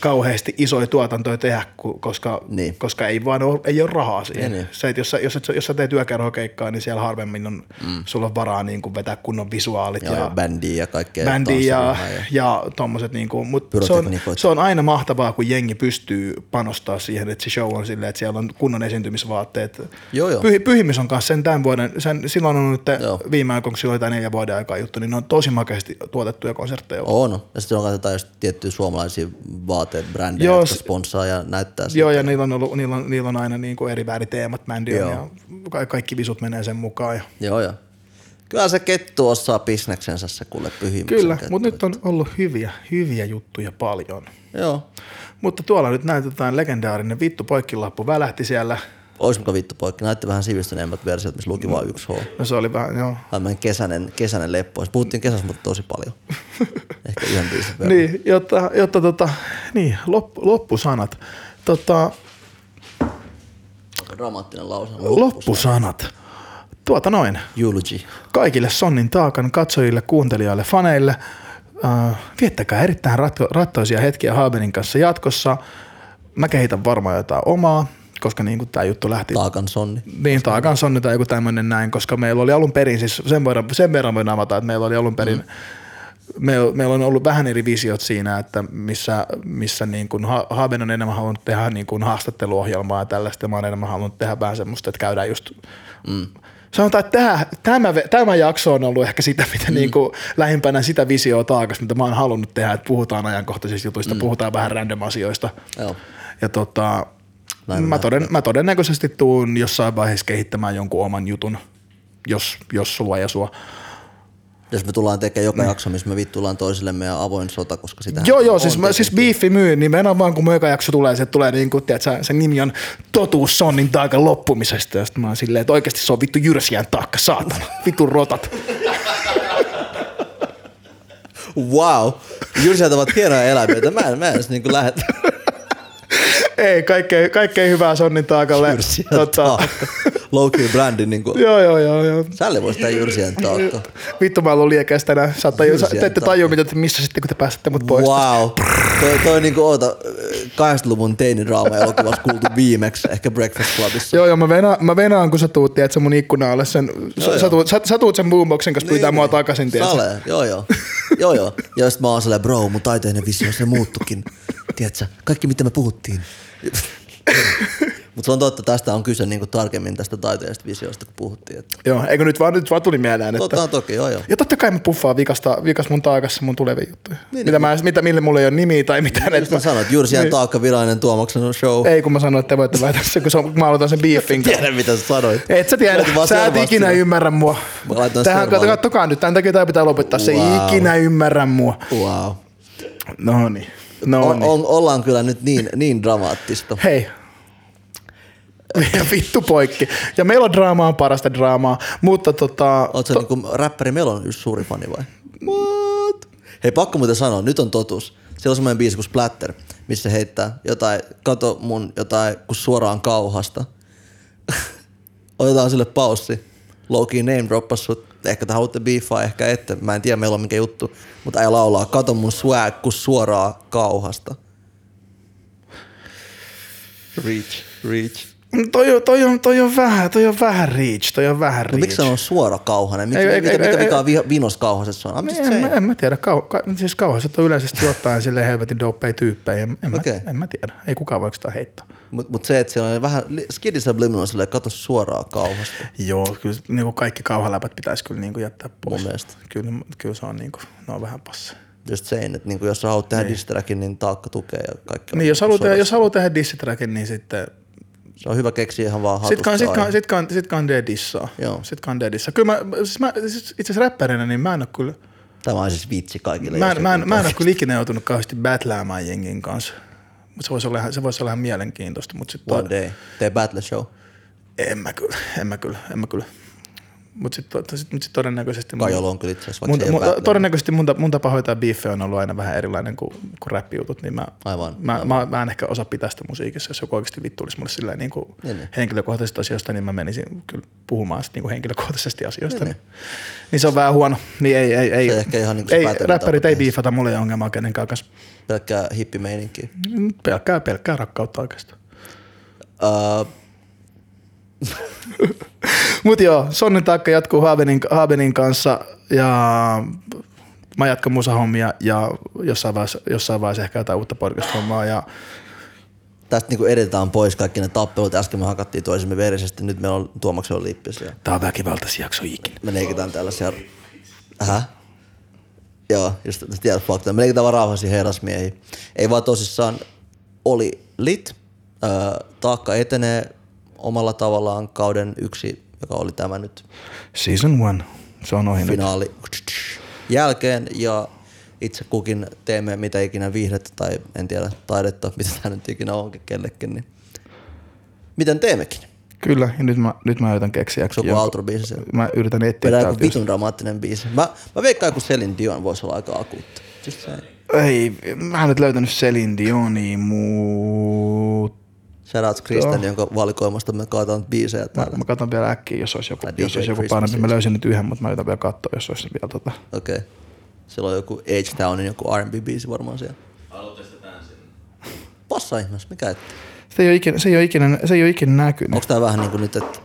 Speaker 1: kauheasti isoja tuotantoja tehdä, ku- koska,
Speaker 2: Niin.
Speaker 1: niin. koska ei vaan ole, ei ole rahaa siihen.
Speaker 2: Niin, niin.
Speaker 1: Niin. Se, että jos, sä, jos, et, sä- jos sä teet yökerhokeikkaa, niin siellä harvemmin on, mm. sulla on varaa niin kun vetää kunnon visuaalit
Speaker 2: Joo, ja
Speaker 1: ja
Speaker 2: bändiä ja kaikkea.
Speaker 1: bändi ja,
Speaker 2: tanssiryhmää
Speaker 1: ja, ja tommoset niinku, mut se on,
Speaker 2: Pyrotekniikoita.
Speaker 1: se on aina mahtavaa, kun jengi pystyy panostaa siihen, että se show on silleen, että siellä on kunnon esiintymisvaatteet.
Speaker 2: Joo, joo.
Speaker 1: Pyhi, pyhimys on kanssa sen tämän vuoden, sen, silloin on nyt
Speaker 2: Joo.
Speaker 1: viime aikoina, kun silloin tämä neljä vuoden aikaa juttu, niin ne on tosi makeasti tuotettuja konsertteja. ollut.
Speaker 2: On. Ja sitten on katsotaan just tiettyjä suomalaisia vaateet, brändejä,
Speaker 1: Joo,
Speaker 2: jotka
Speaker 1: s-
Speaker 2: sponssaa ja näyttää sitä.
Speaker 1: Joo, ja niillä on, ollut, niillä on, niillä on aina niinku eri väriteemat, bändi on,
Speaker 2: Joo.
Speaker 1: ja ka- kaikki visut menee sen mukaan. Ja.
Speaker 2: Joo, joo. Kyllä se kettu osaa bisneksensä se kuule pyhimyksen
Speaker 1: Kyllä,
Speaker 2: kettu.
Speaker 1: mutta nyt on ollut hyviä, hyviä juttuja paljon.
Speaker 2: Joo.
Speaker 1: Mutta tuolla nyt näytetään legendaarinen vittu poikkilappu välähti siellä.
Speaker 2: Ois muka vittu poikki. Näytti vähän sivistyneemmät versiot, missä luki vain 1H.
Speaker 1: No se oli vähän, joo.
Speaker 2: Tämmöinen kesäinen, kesäinen leppo. Siis Puhuttiin kesässä, mutta tosi paljon. Ehkä yhden biisin verran.
Speaker 1: Niin, jotta, jotta tota, niin, lop, loppusanat. Tota,
Speaker 2: Dramaattinen lause.
Speaker 1: loppusanat. Tuota noin.
Speaker 2: Eulogy.
Speaker 1: Kaikille Sonnin taakan katsojille, kuuntelijoille, faneille. Äh, viettäkää erittäin ratko, rattoisia hetkiä Haabenin kanssa jatkossa. Mä kehitän varmaan jotain omaa, koska niin kuin tämä juttu lähti
Speaker 2: Taakan sonni.
Speaker 1: Niin, tai kansonni tai joku tämmöinen näin, koska meillä oli alun perin, siis sen, verran, sen verran voin avata, että meillä oli alun perin, mm. meillä, meillä on ollut vähän eri visiot siinä, että missä, missä niin kuin Ha- Haaben on enemmän halunnut tehdä niin kuin haastatteluohjelmaa ja tällaista, ja mä oon enemmän halunnut tehdä vähän semmoista, että käydään just Mm. Sanotaan, että tämä, tämä, ve- tämä jakso on ollut ehkä sitä, mitä mm. niin kuin lähimpänä sitä visioa taakasta, mitä mä oon halunnut tehdä, että puhutaan ajankohtaisista jutuista, mm. puhutaan vähän random asioista.
Speaker 2: Joo.
Speaker 1: Ja tota,
Speaker 2: Näin
Speaker 1: mä, toden, mä todennäköisesti tuun jossain vaiheessa kehittämään jonkun oman jutun, jos, jos sua ja sua.
Speaker 2: Jos me tullaan tekemään joka jakso, missä me vittuillaan toisille meidän avoin sota, koska sitä
Speaker 1: Mm. joo, joo, siis, mä, siis biiffi myy, niin meidän vaan kun mökä jakso tulee, se tulee niin kuin, tiedät, sä, sen nimi on Totuus Sonnin taakan loppumisesta. Ja sit mä oon silleen, että oikeasti se on vittu jyrsijän taakka, saatana, vittu rotat. siis-
Speaker 2: Wow. Jyrsijät ovat hienoja eläimiä. Mä en, mä en edes niinku lähetä.
Speaker 1: Ei, kaikkea, kaikkea hyvää Sonnin taakalle.
Speaker 2: Jyrsijän
Speaker 1: Tota,
Speaker 2: taakka. Low-key brändi niinku.
Speaker 1: joo, joo, joo, joo.
Speaker 2: Sälle voisi tää Jyrsijän taakka.
Speaker 1: Vittu mä oon liekäs tänään. Saatte,
Speaker 2: Jyrsijän
Speaker 1: te ette tajua, mitä, te- missä sitten kun te pääsette mut pois.
Speaker 2: Wow. Toi, toi niinku oota, äh, 80-luvun teinidraama elokuvassa kuultu viimeksi, ehkä Breakfast Clubissa.
Speaker 1: Joo, joo, mä, venaan, mä venaan, kun sä tuut, tiedät, sä mun ikkuna alle sen, sä, sä, tuut, sä, sä tuut sen boomboxin, koska niin, pyytää mua takaisin, tiedät. sä.
Speaker 2: Sale, joo joo. Joo joo. Ja sit mä oon silleen, bro, mun taiteinen visio, se muuttukin. Tiedätkö, kaikki mitä me puhuttiin. Mutta se on totta, tästä on kyse niinku tarkemmin tästä taiteellisesta visiosta, kun puhuttiin. Että.
Speaker 1: Joo, eikö nyt vaan, nyt vaan tuli mieleen, että...
Speaker 2: Totta on toki, joo joo.
Speaker 1: Ja totta kai mä puffaan vikasta, vikas mun taakassa mun tulevia juttuja.
Speaker 2: Niin,
Speaker 1: Niin, mitä, mä, mitä, mille mulla ei ole nimiä tai mitään.
Speaker 2: Just mä sanoin, että Jyrsijän niin. taakka virallinen Tuomaksen on show.
Speaker 1: Ei, kun mä sanoin, että te voitte laittaa sen, kun se on, kun mä aloitan sen beefin kanssa.
Speaker 2: Tiedä mitä sä sanoit.
Speaker 1: Et sä tiedä,
Speaker 2: Laitin vaan
Speaker 1: sä et
Speaker 2: servasta
Speaker 1: ikinä
Speaker 2: sinne.
Speaker 1: ymmärrä mua.
Speaker 2: Mä laitan
Speaker 1: Tähän,
Speaker 2: servalle.
Speaker 1: kattokaa nyt, tämän takia tää pitää lopettaa, se ei
Speaker 2: Wow.
Speaker 1: ikinä ymmärrä mua.
Speaker 2: Wow.
Speaker 1: No niin, no
Speaker 2: On,
Speaker 1: niin.
Speaker 2: on, ollaan kyllä nyt niin, niin dramaattista.
Speaker 1: Hei. Ja vittu poikki. Ja melodraama on parasta draamaa, mutta tota...
Speaker 2: Oot sä niinku räppäri Melon yksi suuri fani vai? What? Hei, pakko muuten sanoa, nyt on totuus. Siellä on semmoinen biisi kuin Splatter, missä se heittää jotain, kato mun jotain, kun suoraan kauhasta. Otetaan sille paussi. Loki name droppas sut. Ehkä te haluatte beefaa, ehkä ette. Mä en tiedä, meillä on mikä juttu. Mutta ei laulaa, kato mun swag, kun suoraan kauhasta. Reach, reach.
Speaker 1: Mm, Toi, on- toi, on, toi on vähän, toi on vähän reach, toi on vähän
Speaker 2: No
Speaker 1: reach.
Speaker 2: miksi se on suora kauhanen? Miksi,
Speaker 1: Ei, ei,
Speaker 2: mikä,
Speaker 1: ei,
Speaker 2: mikä
Speaker 1: ei,
Speaker 2: vika on vi- vinos kauhaset se on? I'm just
Speaker 1: En, mä,
Speaker 2: saying.
Speaker 1: en mä tiedä, kau, ka, siis kauhaiset on yleisesti ottaen sille helvetin dopeja tyyppejä, en, en,
Speaker 2: Okei.
Speaker 1: okay. mä, en mä tiedä, ei kukaan voi sitä heittää.
Speaker 2: Mut, mut se, että siellä on vähän skidi subliminal silleen, kato suoraa kauhasta.
Speaker 1: Joo, kyllä niin kuin kaikki kauhaläpät pitäisi kyllä niin kuin jättää pois.
Speaker 2: Mun mielestä.
Speaker 1: Kyllä, kyllä se on, niin kuin, ne on vähän passi.
Speaker 2: Just saying, että niinku, jos sä haluat tehdä distrakin, niin taakka tukee ja kaikki on
Speaker 1: Niin, jos
Speaker 2: niinku
Speaker 1: haluaa, tehdä,
Speaker 2: suorassa.
Speaker 1: jos haluaa tehdä dissitrackin, niin sitten
Speaker 2: Se on hyvä keksiä ihan vaan hatusta.
Speaker 1: Sitkaan, sitkaan,
Speaker 2: aina.
Speaker 1: sitkaan, sitkaan D-dissaa.
Speaker 2: Joo.
Speaker 1: Sitkaan D-dissaa. Kyllä mä, siis mä siis itse asiassa räppärinä, niin mä en ole kyllä,
Speaker 2: Tämä on siis vitsi kaikille.
Speaker 1: mä
Speaker 2: jos
Speaker 1: en, mä en,
Speaker 2: joku-
Speaker 1: mä en ole kyllä ikinä joutunut kauheasti battlaamaan jengin kanssa. Mutta se voisi olla, ihan- se voisi olla ihan mielenkiintoista, mutta sitten
Speaker 2: One day. Tee battle show.
Speaker 1: en mä kyllä, en mä kyllä, en mä kyllä. Mutta sitten sit, mut sit todennäköisesti... mun-
Speaker 2: Kajolo on kyllä itse asiassa,
Speaker 1: mun,
Speaker 2: vaikka se ei
Speaker 1: mun,
Speaker 2: ole battle.
Speaker 1: todennäköisesti mun, ta- mun tapa hoitaa biiffejä on ollut aina vähän erilainen kuin, kuin rap-jutut, niin mä,
Speaker 2: Aivan,
Speaker 1: mä, Mä, mä, en ehkä osaa pitää sitä musiikissa, jos joku oikeasti vittuilisi mulle silleen niin kuin
Speaker 2: Niin, niin.
Speaker 1: henkilökohtaisista asioista, niin mä menisin kyllä puhumaan sit niin kuin henkilökohtaisesti asioista. Niin, niin. niin, se on vähän huono. Niin ei, ei, ei,
Speaker 2: Se ehkä ihan niinku se
Speaker 1: ei
Speaker 2: päätelmä
Speaker 1: räppärit
Speaker 2: tapa
Speaker 1: ei
Speaker 2: tehdä.
Speaker 1: biifata mulle ei ole ongelmaa kenenkään kanssa. Mm,
Speaker 2: Pelkkää hippimeininkiä.
Speaker 1: Pelkkää, pelkkää rakkautta oikeastaan.
Speaker 2: Uh,
Speaker 1: Mut joo, Sonnen taakka jatkuu Haabenin, Haabenin kanssa ja mä jatkan musahommia ja jossain vaiheessa, jossain vaiheessa ehkä jotain uutta podcast-hommaa ja
Speaker 2: tästä niinku edetään pois kaikki ne tappelut. Äsken me hakattiin toisemme verisesti. Nyt meillä on Tuomaksen lippis. Ja
Speaker 1: Tää on väkivaltaisia jakso ikinä.
Speaker 2: me leikitään tällaisia... Häh? Joo, just sä tiedät fakta. Me leikitään vaan rauhasi herrasmiehiä. Ei vaan tosissaan oli lit. Öö, taakka etenee omalla tavallaan kauden yksi, joka oli tämä nyt
Speaker 1: Season one. Se on ohi nyt.
Speaker 2: finaali jälkeen ja itse kukin teemme mitä ikinä viihdettä tai en tiedä taidetta, mitä tämä nyt ikinä onkin kellekin, niin miten teemmekin?
Speaker 1: Kyllä, ja nyt mä, nyt mä yritän keksiä.
Speaker 2: Se on
Speaker 1: jonkun-
Speaker 2: kuin outro-biisi siellä.
Speaker 1: Mä yritän etsiä
Speaker 2: Vedään joku
Speaker 1: täältä. just-
Speaker 2: vitun dramaattinen biisi. Mä, mä veikkaan, kun Selin Dion voisi olla aika akuutti. Just se,
Speaker 1: Ei, mä en nyt löytänyt Celine Dionia, mutta
Speaker 2: Shoutouts Kristen, jonka valikoimasta me kaataan biisejä täällä.
Speaker 1: mä katson vielä äkkiä, jos olisi joku,
Speaker 2: Tai DJ
Speaker 1: jos olisi joku
Speaker 2: Christmas
Speaker 1: parempi. Mä
Speaker 2: siis.
Speaker 1: löysin nyt yhden, mutta mä yritän vielä katsoa, jos olisi vielä tota.
Speaker 2: Okei. Okay. Sillä on joku H-Townin joku R&B-biisi varmaan siellä.
Speaker 4: Haluatteko te tän sinne?
Speaker 2: Passa ihmeessä, mikä ettei.
Speaker 1: Se ei ole ikinä, se ei ole ikinä, se ei ole ikinä näkynyt.
Speaker 2: Onko tää vähän niinku nyt, että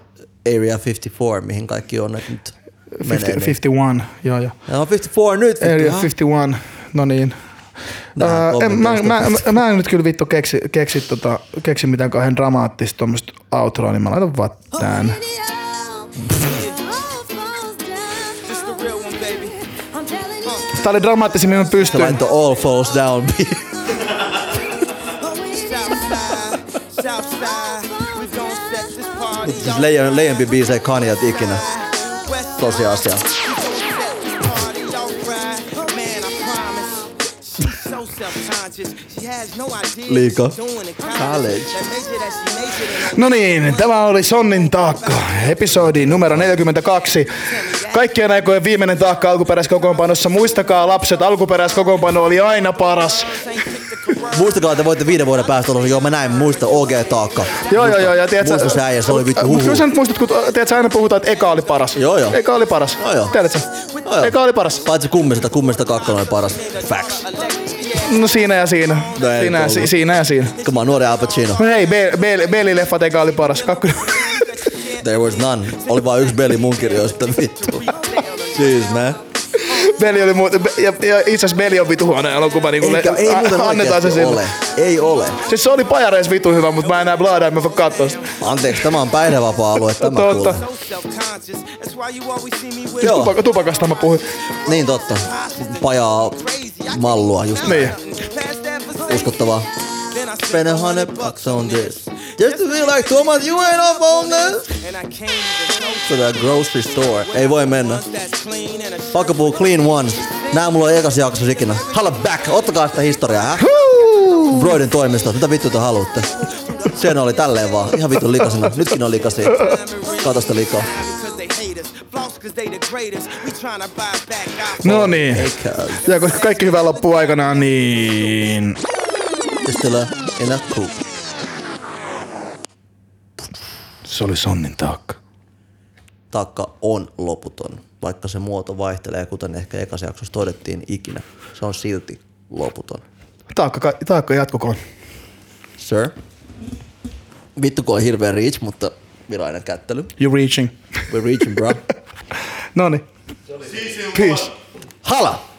Speaker 2: Area 54, mihin kaikki on nyt, nyt
Speaker 1: 50,
Speaker 2: menee? niin-
Speaker 1: 51, joo joo.
Speaker 2: Ja on 54 nyt vittu.
Speaker 1: Area
Speaker 2: ha?
Speaker 1: 51, no niin.
Speaker 2: Nää
Speaker 1: Ää, en, mä,
Speaker 2: kommenteista.
Speaker 1: mä, mä, mä, en nyt kyllä vittu keksi, keksi, tota, keksi mitään kauhean dramaattista tuommoista outroa, niin mä laitan vaan tän.
Speaker 3: This the real one, baby.
Speaker 5: I'm telling you,
Speaker 1: Tää oli dramaattisimmin mä
Speaker 2: Se
Speaker 1: pystyn.
Speaker 2: laittoi All Falls Down
Speaker 3: Southside, Southside. We gon' set this party
Speaker 2: Siis leijon, leijonpi biisejä kanjat ikinä.
Speaker 3: West
Speaker 2: Tosiasia.
Speaker 3: party, alright. Man, I promise. She's so self-conscious. She has no idea.
Speaker 2: Liika.
Speaker 3: she's doing in
Speaker 2: College.
Speaker 3: That major that she majored in, I
Speaker 1: No niin, tämä oli Sonnin taakka, episodi numero 42. Kaikkien aikojen viimeinen taakka alkuperäiskokoonpanossa. Muistakaa lapset, alkuperäiskokoonpano oli aina paras.
Speaker 3: ain't picked the corrupt.
Speaker 2: Muistakaa, että voitte viiden vuoden päästä olla, joo mä näin, muista OG Taakka.
Speaker 1: Joo, joo, joo. Ja tiedätkö, Äh,
Speaker 2: Muista se äijä, se oli vittu
Speaker 1: Mut
Speaker 2: huhu.
Speaker 1: Kyllä sä nyt muistat, kun tiedätkö, aina puhutaan, että eka oli paras.
Speaker 2: Joo, joo.
Speaker 1: Eka oli paras.
Speaker 2: Joo, joo.
Speaker 1: Tiedätkö?
Speaker 2: Joo, joo.
Speaker 1: Eka oli paras.
Speaker 2: Paitsi kummista, kummista kakkonen oli paras. Facts.
Speaker 1: No siinä ja siinä.
Speaker 2: No ei
Speaker 1: siinä, ja,
Speaker 2: nyt
Speaker 1: si-
Speaker 2: ollut.
Speaker 1: siinä ja siinä.
Speaker 2: Come on, nuori Al Pacino.
Speaker 1: No hei, Be- Be- Bailey-leffat eka oli paras. Kakkonen.
Speaker 2: There was none. Oli vaan yksi beli mun kirjoista, vittu. Jeez, man.
Speaker 1: Beli oli muuten, Be- ja, ja itse asiassa Beli on vitu huono elokuva. Niin kuin
Speaker 2: Eikä, ei muuten
Speaker 1: annetaan se
Speaker 2: oikeasti
Speaker 1: sille.
Speaker 2: ole. Ei ole.
Speaker 1: Siis se oli pajareis vitu hyvä, mutta mä enää blaadaa, en mä voi katsoa sitä.
Speaker 2: Anteeksi, tämä on päihdevapaa-alue, tämä
Speaker 1: Totta.
Speaker 2: kuulee.
Speaker 3: So self-conscious. That's why you always see me with
Speaker 2: Joo.
Speaker 1: Tupaka, tupakasta mä puhuin.
Speaker 2: Niin totta. Pajaa mallua just.
Speaker 1: Niin.
Speaker 2: Uskottavaa.
Speaker 3: Then I
Speaker 2: Spend a hundred bucks on this. Just to be like Thomas, you ain't up on this.
Speaker 3: And I can't even know
Speaker 2: To the grocery store. Ei voi mennä.
Speaker 3: that's clean and a
Speaker 2: Pakko puhua clean ones. Nää mulla on ekas jakso ikinä. Holla back, ottakaa sitä historiaa, hä? Broiden toimistosta, mitä vittu te haluatte? Sen oli tälleen vaan, ihan vittu likasena. Nytkin on likasia. Kato sitä likaa.
Speaker 3: because they hate us. Floss because they the greatest. We tryna buy back our
Speaker 1: No niin.
Speaker 2: Eikä.
Speaker 1: Ja koska kaikki hyvä loppuu aikanaan, niin...
Speaker 2: Ystävä, enää cool.
Speaker 1: Se oli Sonnin taakka.
Speaker 2: Taakka on loputon, vaikka se muoto vaihtelee, kuten ehkä ekas jaksossa todettiin ikinä. Se on silti loputon.
Speaker 1: Taakka, taakka jatkukoon.
Speaker 2: Sir? Vittu kun on hirveä reach, mutta virallinen kättely.
Speaker 1: You're reaching.
Speaker 2: We're reaching, bro.
Speaker 1: Noniin.
Speaker 4: Siis
Speaker 1: No niin. Peace.
Speaker 2: Hala!